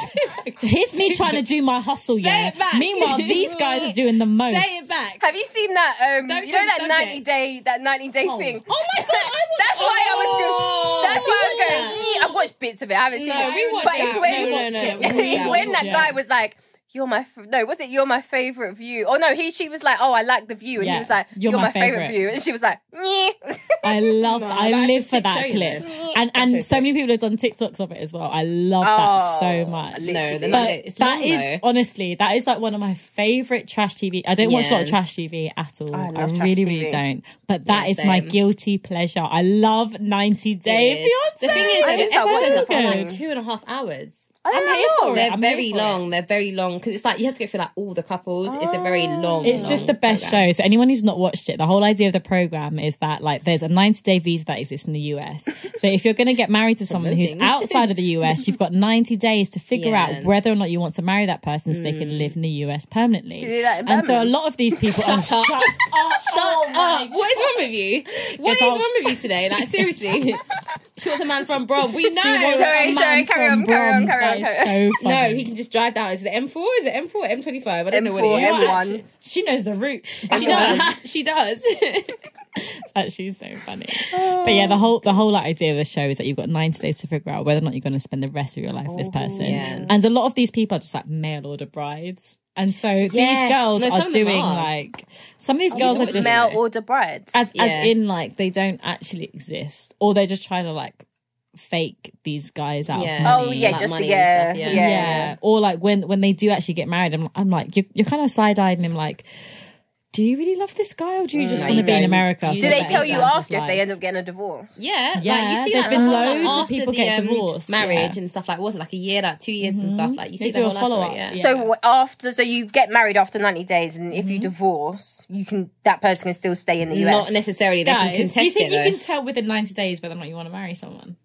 Here's me trying to do my hustle, yeah. it back. Meanwhile, these guys are doing the most. Say it back. Have you seen that? Um, Don't you know change that subject. ninety day that ninety day thing. Oh my god, I was That's why I was. Good. That's you why I was watched going. "Yeah, I've watched bits of it. I haven't seen No, it. we watched but that. it's when No, no, no, we watched it's that. when that Yeah. guy was like. You're my f- no. Was it you're my favorite view? Oh no, he she was like, oh, I like the view, and Yeah. he was like, You're you're, my my, favorite. favourite. view, and she was like, yeah. I love No, I that's live a for sick that show, clip. you And That and show's so sick. many people have done TikToks of it as well. I love Oh, that so much. literally. No, they're not. But It's that long, is though. honestly that is like one of my favorite trash TV. I don't watch a lot of Yeah. trash TV at all. I, I love trash really, TV. really don't. But that Yeah, is my same. guilty pleasure. I love 90 Day Beyonce. The thing is, I that the just start episodes are watching for them. like two and a half hours. I'm here for it. They're I'm here very for it. long. They're very long because it's like you have to go through like all the couples. It's a very long. Oh. It's just long the best programme. show. So anyone who's not watched it, the whole idea of the program is that like there's a 90 day visa that exists in the US. So if you're going to get married to someone who's Promoting. outside of the US, you've got 90 days to figure Yeah. out whether or not you want to marry that person so they can live in the US permanently. you do that in and so a Birmingham? lot of these people are shut up. Uh, what is wrong with you? What is Get out. wrong with you today? Like seriously, she wants a man from Brom. We know. wants Sorry, a man sorry, carry from on, carry on, Brom. carry on, That is So no, funny. he can just drive down. Is it M4? Is it M4 or M25? I don't know M4, what it is. M1. Well, actually, She knows the route. She does. she does. actually so funny. But yeah, the whole the whole like, idea of the show is that you've got 90 days to figure out whether or not you're going to spend the rest of your life with this person. yeah. And a lot of these people are just like mail order brides. And so these Yes. girls No, some are of them doing are. like some of these girls are what you just Male order brides. as Yeah. as in like they don't actually exist or they're just trying to like fake these guys out. of Yeah. oh money. yeah, like just the money yeah, and yeah, stuff, yeah. Or like when when they do actually get married, I'm I'm like you're you're kind of side eyed and I'm like. Do you really love this guy, or do you just No, want to you be in don't. America? You for Do they the tell you rest of after if life? they end up getting a divorce? Yeah, Yeah, like you see there's that been a lot, like, loads of after people the, get um, divorced, marriage yeah. Mm-hmm. and stuff like was it like a year, like two years and stuff like you They see do the a whole follow follow-up, up. Yeah. yeah. So w- after, so you get married after ninety days, and if you divorce, you can that person can still stay in the US. not necessarily they can Guys, contest do you think it. you though. can tell within 90 days whether or not you want to marry someone?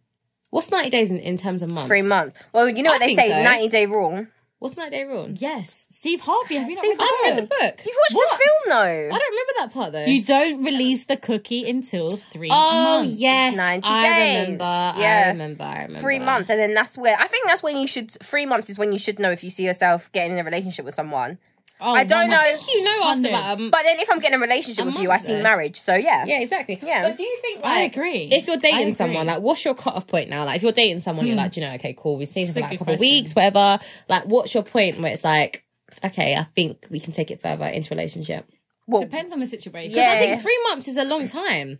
What's ninety days in, in terms of months? Three months. Well, you know I what they think say, so. ninety day rule. You've What's ninety day rule? Oh. Yes. Steve Harvey, have you Steve not I read read the the book? book. watched the film I though. don't remember that part though. You don't release the cookie until three oh months. yes, 90 I days. remember. Yeah. I remember. I remember. Three months, and then that's where I think that's when you should. Three months is when you should know if you see yourself getting in a relationship with someone. Oh, I don't mama. know, You know after about Hundreds. um, but then if I'm getting Mm. a relationship A with you, I month, see though. marriage. So yeah, yeah, exactly. Yeah. But do you think I like, agree. If you're I agree. dating someone, like, what's your cut off point now? Like, if you're dating someone, you're like, do you know, okay, cool, we've seen them a for like Hmm. a good couple of question. weeks, whatever. Like, what's your point where it's like, okay, I think we can take it further into relationship? well, Depends on the situation. Yeah. I think three months is a long time.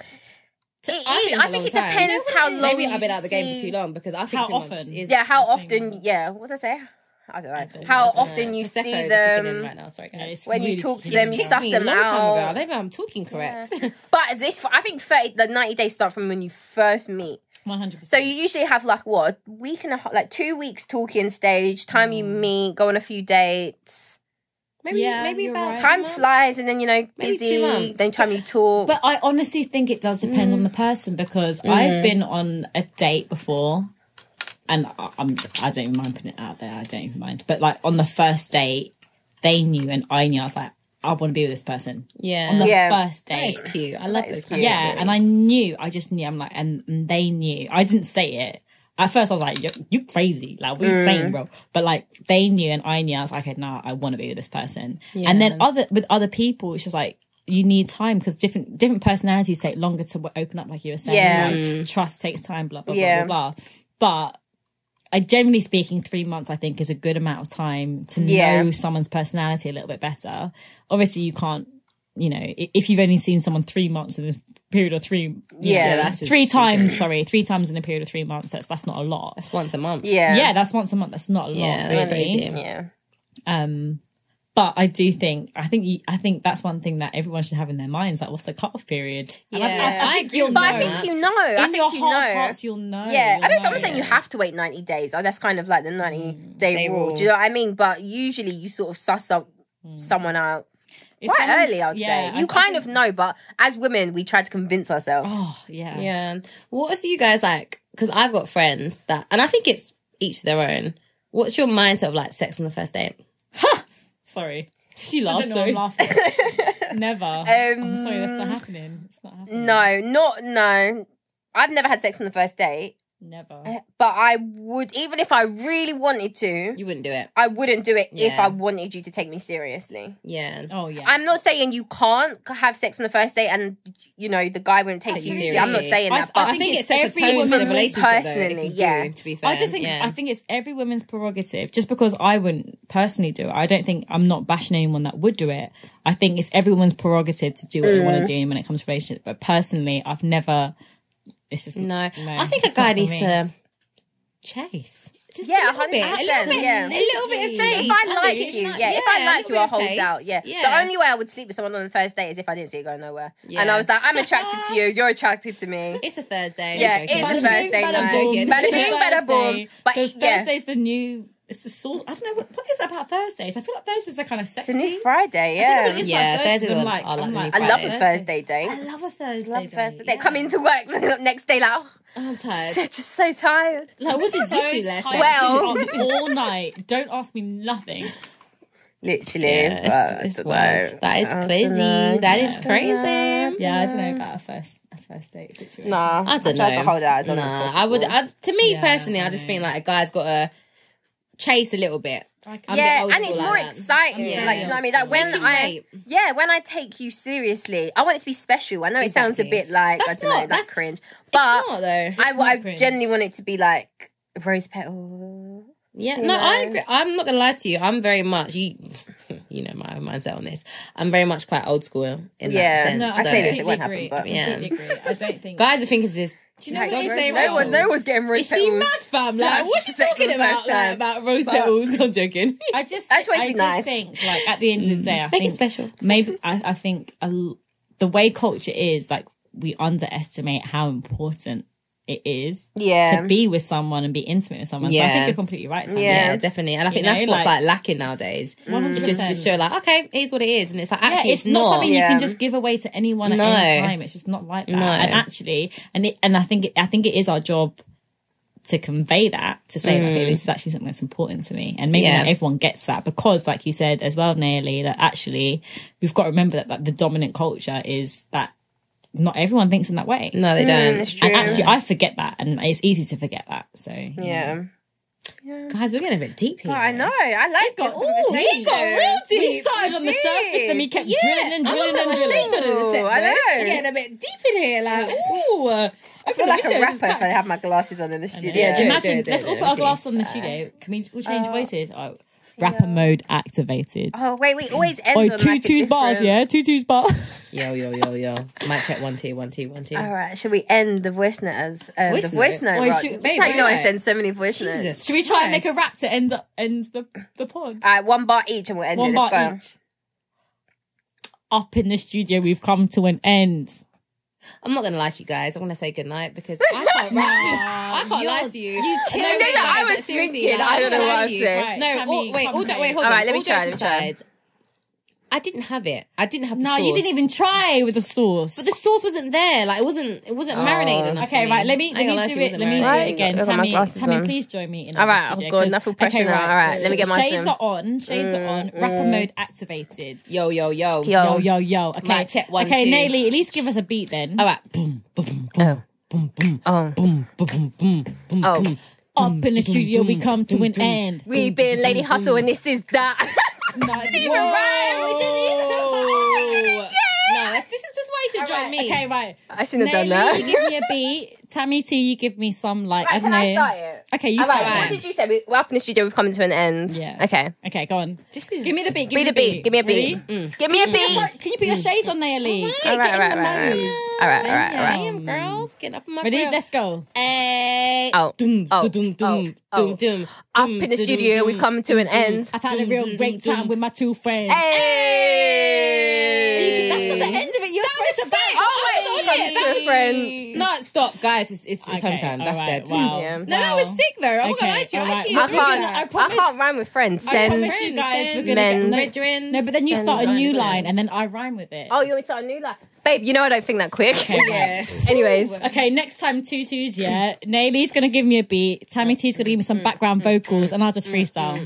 it is. I think I a think long it time. depends how long. Maybe you I've been out of the game for see- too long because I think How three months often? is Yeah, how I'm saying often? Yeah, what did I say? I don't know. don't how know, I don't often you Prosecco see is them? kicking in right now. Sorry, Yeah, guys. it's When you really talk to cute. them, you suck- It's them been a long time out. ago. I don't know if I'm talking correct. But this, I think thirty, the ninety days start from when you first meet. 100%. So you usually have like what a week and a half, like two weeks talking stage. Time you Mm. meet, go on a few dates. Maybe, Yeah, maybe you're about right. two Time months. flies, and then you know Maybe two busy. months. Then time you talk. But I honestly think it does depend on the person because I've been on a date before, and I, I'm I don't even mind putting it out there. I don't even mind. But like on the first date, they knew and I knew. I was like, I want to be with this person. Yeah. On the Yeah. first That date, is cute. I love is those cute. kind of yeah, stories. and I knew. I just knew. I'm like, and, and they knew. I didn't say it. At first, I was like, "You, you crazy? Like, what are you Mm. saying, bro?" But like, they knew, and I knew. I was like, "Okay, nah, I want to be with this person." And then other with other people, it's just like you need time because different different personalities take longer to w- open up. Like you were saying, Yeah. like, trust takes time. Blah blah Yeah. blah blah blah. But I generally speaking, three months I think is a good amount of time to Yeah. know someone's personality a little bit better. Obviously, you can't, you know, i- if you've only seen someone three months and there's period of three. Yeah. that's just three stupid. times. Sorry, three times in a period of three months. That's that's not a lot. That's once a month. Yeah. yeah, that's once a month. That's not a lot. Yeah, that's really. crazy. Yeah. Um, but I do think I think you, I think that's one thing that everyone should have in their minds. Like, what's the cutoff period? And I- Yeah. I, I think you'll But know. I think you know. I in think your you heart of know. hearts, you'll know. Yeah, You'll I don't. I'm know. Mm. not saying you have to wait 90 days. Oh, that's kind of like the 90 day Day rule. rule. Do you know what I mean? But usually, you sort of suss up someone out If quite someone's- early. I'd Mm. yeah, say you I- I kind think- of know, but as women, we try to convince ourselves. Oh yeah. Yeah. What's you guys like? Because I've got friends that, and I think it's each their own. What's your mindset of like sex on the first date? Sorry. She laughs, I don't know why I'm laughing. Never. I'm sorry, that's not Um, happening. It's not happening. No, not no. I've never had sex on the first date, Never. but I would even if I really wanted to. You wouldn't do it. I wouldn't do it if Yeah. I wanted you to take me seriously. Yeah. Oh yeah. I'm not saying you can't have sex on the first date and you know the guy won't take Take you you seriously. I'm not seriously. saying I- that, I but I it's think it sets a every tone for the woman's- relationship, though, Personally, if you yeah. do, to be fair. I just think yeah. I think it's every woman's prerogative. Just because I wouldn't personally do it, I don't think I'm not bashing anyone that would do it. I think it's every woman's prerogative to do what they Mm. want to do when it comes to relationships. But personally, I've never. It's just No, No, I think a it's not guy for needs me. to chase. Just Yeah, a little 100%, bit, a little bit, yeah. a little bit of chase. if I don't like think it's you, not- yeah, if I a like little you, bit I'll of hold chase. out. Yeah. yeah. The only way I would sleep with someone on the first date is if I didn't see it go nowhere. And Yeah. I was like, I'm attracted to you, you're attracted to me. it's a Thursday. Yeah, it's, okay. it's a Bada Thursday night. bing, bada boom. Bada bing, bada boom. Thursday. But, 'Cause yeah. Thursday's the new. It's the source. I don't know what, what is it about Thursdays. I feel like Thursdays are kind of It's a sexy. new Friday, I don't know what it yeah. is Yeah, about Thursdays Thursdays. I'm are- like, are like I'm the like, I new love a Fridays. Thursday date. I love a Thursday. love a Thursday date. date. Come into work next day like, oh, I'm tired. so, just so tired. like, what did So you do last tired. night? Well- I'm all night. Don't ask me nothing. Literally. Yeah, but it's, I it's don't know. wild. That is I don't crazy. know. That is Yeah. crazy. Yeah, I don't know about a first a first date situation. Nah, I don't tried know. to hold out as long nah, as I would. possible. I, to me Yeah, personally, I I just know. think like a guy's got to chase a little bit. I can't. yeah, old and it's school more like that. exciting. Yeah. Like, do you know what I mean? Like when Making I, weight. yeah, when I take you seriously, I want it to be special. I know it sounds a Exactly. bit like I That's don't not- know, like that's- cringe, it's but not though. I, not I cringe. genuinely want it to be like rose petal. Yeah, no, I know? agree. I'm not gonna lie to you. I'm very much you. You know my mindset on this. I'm very much quite old school in Yeah. that sense. No, I I say this, completely it won't happen, agree. but- I completely agree. I don't think. guys are thinking this. Do you know Like, what rose- they say? no one, about- no one's getting rose Is she petals. mad, fam? to Like, have what's she sex for talking the first about? Like, time. about rose petals? I'm joking. I just. That's why it's I been just nice. think like at the end of the day, I Mm. Make it think special. Maybe I, I think a l the way culture is like we underestimate how important it is Yeah, to be with someone and be intimate with someone. So I Yeah. think you're completely right. Sam. Yeah. Yeah, definitely. And I think know, that's what's like- like, lacking nowadays. 100%. It's just to show like, okay, here's what it is, and it's like Yeah, actually it's, not, something Yeah. you can just give away to anyone No. at any time. It's just not like that. No. And actually, and it, and I think it, I think it is our job to convey that to say like, okay, this is actually something that's important to me, and maybe Mm. Yeah. not everyone gets that because, like you said as well, Naily, that actually we've got to remember that, that the dominant culture is that not everyone thinks in that way. no, they don't. Mm, it's true. And actually, I forget that, and it's easy to forget that. So yeah. Guys, we're getting a bit deep here. But I know. I like this ooh, he got conversation. real deep. We started on the did. surface, then we kept Yeah, drilling and I'm drilling and gonna put my drilling. shade on in a sec, Ooh, I though. It's know. Getting a bit deep in here, like ooh. I feel like a rapper if I have my glasses on in the studio. Yeah, do it, Imagine, do it, do let's it, all do put it, our please. glasses on in the studio. Can we all change voices? Oh, rapper mode activated. Oh wait, we always end Oh, on two like, a twos bars, different- yeah, two twos bars. Yo, yo, yo, yo. Might check one two, one two, one two. All right, should we end the voice note as uh, Voice the voice note? note? Wait, Rod? should- That's wait, how you wait, know I wait. send so many voice notes. Jesus Should we try and make a Christ. rap to end up end the the pod? All right, one bar each, and we'll end One it. Let's bar go. each. Up in the studio, we've come to an end. I'm not gonna lie to you guys. I want to say good night because I can't rap. I can't lie to you. You can't. No, No, wait, no, I guys, was but seriously, thinking, like, I don't know I'm what telling I'm you. saying. Right, No, Tammy, all, wait, come all, jo- wait, here. hold All on. right, let me all try, jokes let me try. aside, I didn't have it. I didn't have the No, sauce. you didn't even try with the sauce. But the sauce wasn't there. Like it wasn't. It wasn't marinated enough. for Okay, me. right. Let me I ain't let gonna me lie do to you, it. Let wasn't me marinated. do it Right, again. I've got my Tammy, glasses Tammy, on. please join me in. All right, the I've studio, got 'cause- nothing pressure now. All right, let me get my Shades sim. are on. Shades are on. Rapper mode activated. Yo, yo, yo, Yo. Yo, yo, yo. Okay, Right, check one, Okay, two. Naily, at least give us a beat then. All right. Oh. Oh. Oh. Up in the studio, we come to an end. We've been Lady Hustle, and this is that. Whoa. Whoa. No, that's- this is this is why you should join me. Okay, right. I shouldn't have done Naily, you that. give me a beat. Tammy T, you give me some like I don't Can I know. start it? Okay, you All start. right. What one. did you say? We- We're up in the studio. We've come to an end. Yeah. Okay. Okay, go on. This is Give me the beat. Give Be me the beat. Give me a beat. Ready? Give me a beat. Sorry, Can you put your shades on there, Lee? All right. All right. All right. All right. All right. All right. damn girls getting up in my Ready? grill. Let's go. Hey. Oh, Doom, oh, doom, oh, doom, oh. doom, doom. Up in the studio. We've come to an end. I've had a real great time with my two friends. Hey. That's not the end of it. You're supposed to bounce. Oh wait, come to a friend. No, stop, guys. It's it's, it's home time. That's alright, dead. Wow. Yeah. No, that was sick though. Oh Okay, my god, I actually, alright. actually I We're gonna- can't. I I, promise- can't rhyme with friends. I Send. promise you guys, we're gonna Men's. get no- Brethren. no, but then you Send start a guys, new isn't line it? and then I rhyme with it. Oh, you want me to start a new life, babe? You know I don't think that quick. Yeah. Anyways, Okay, next time two twos, yeah. Naylee's gonna give me a beat. Tammy T's gonna give me some background vocals, and I'll just freestyle.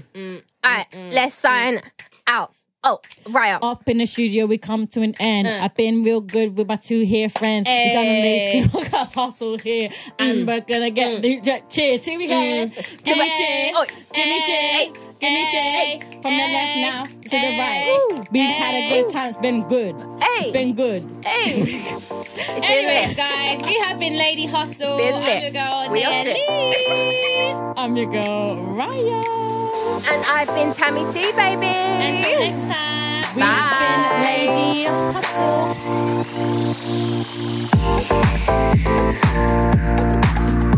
alright, let's sign out. Oh, right up. Up in the studio, we come to an end. I've been real good with my two here friends. We're Hey. gonna make us hustle here, and we're gonna get the the- cheers. Here we go. Give me cheers. Oh, Give me cheers. Give me cheers. From the left now to the Woo. right. We've had a good time. It's been good. It's hey, been good. hey. It's been Anyways, lit. guys, we have been Lady Hustle. been I'm lit. your girl, We are Nelly. I'm your girl, Raya. And I've been Tammy T, Until baby. next time. We've been Bye. Lady Hustle.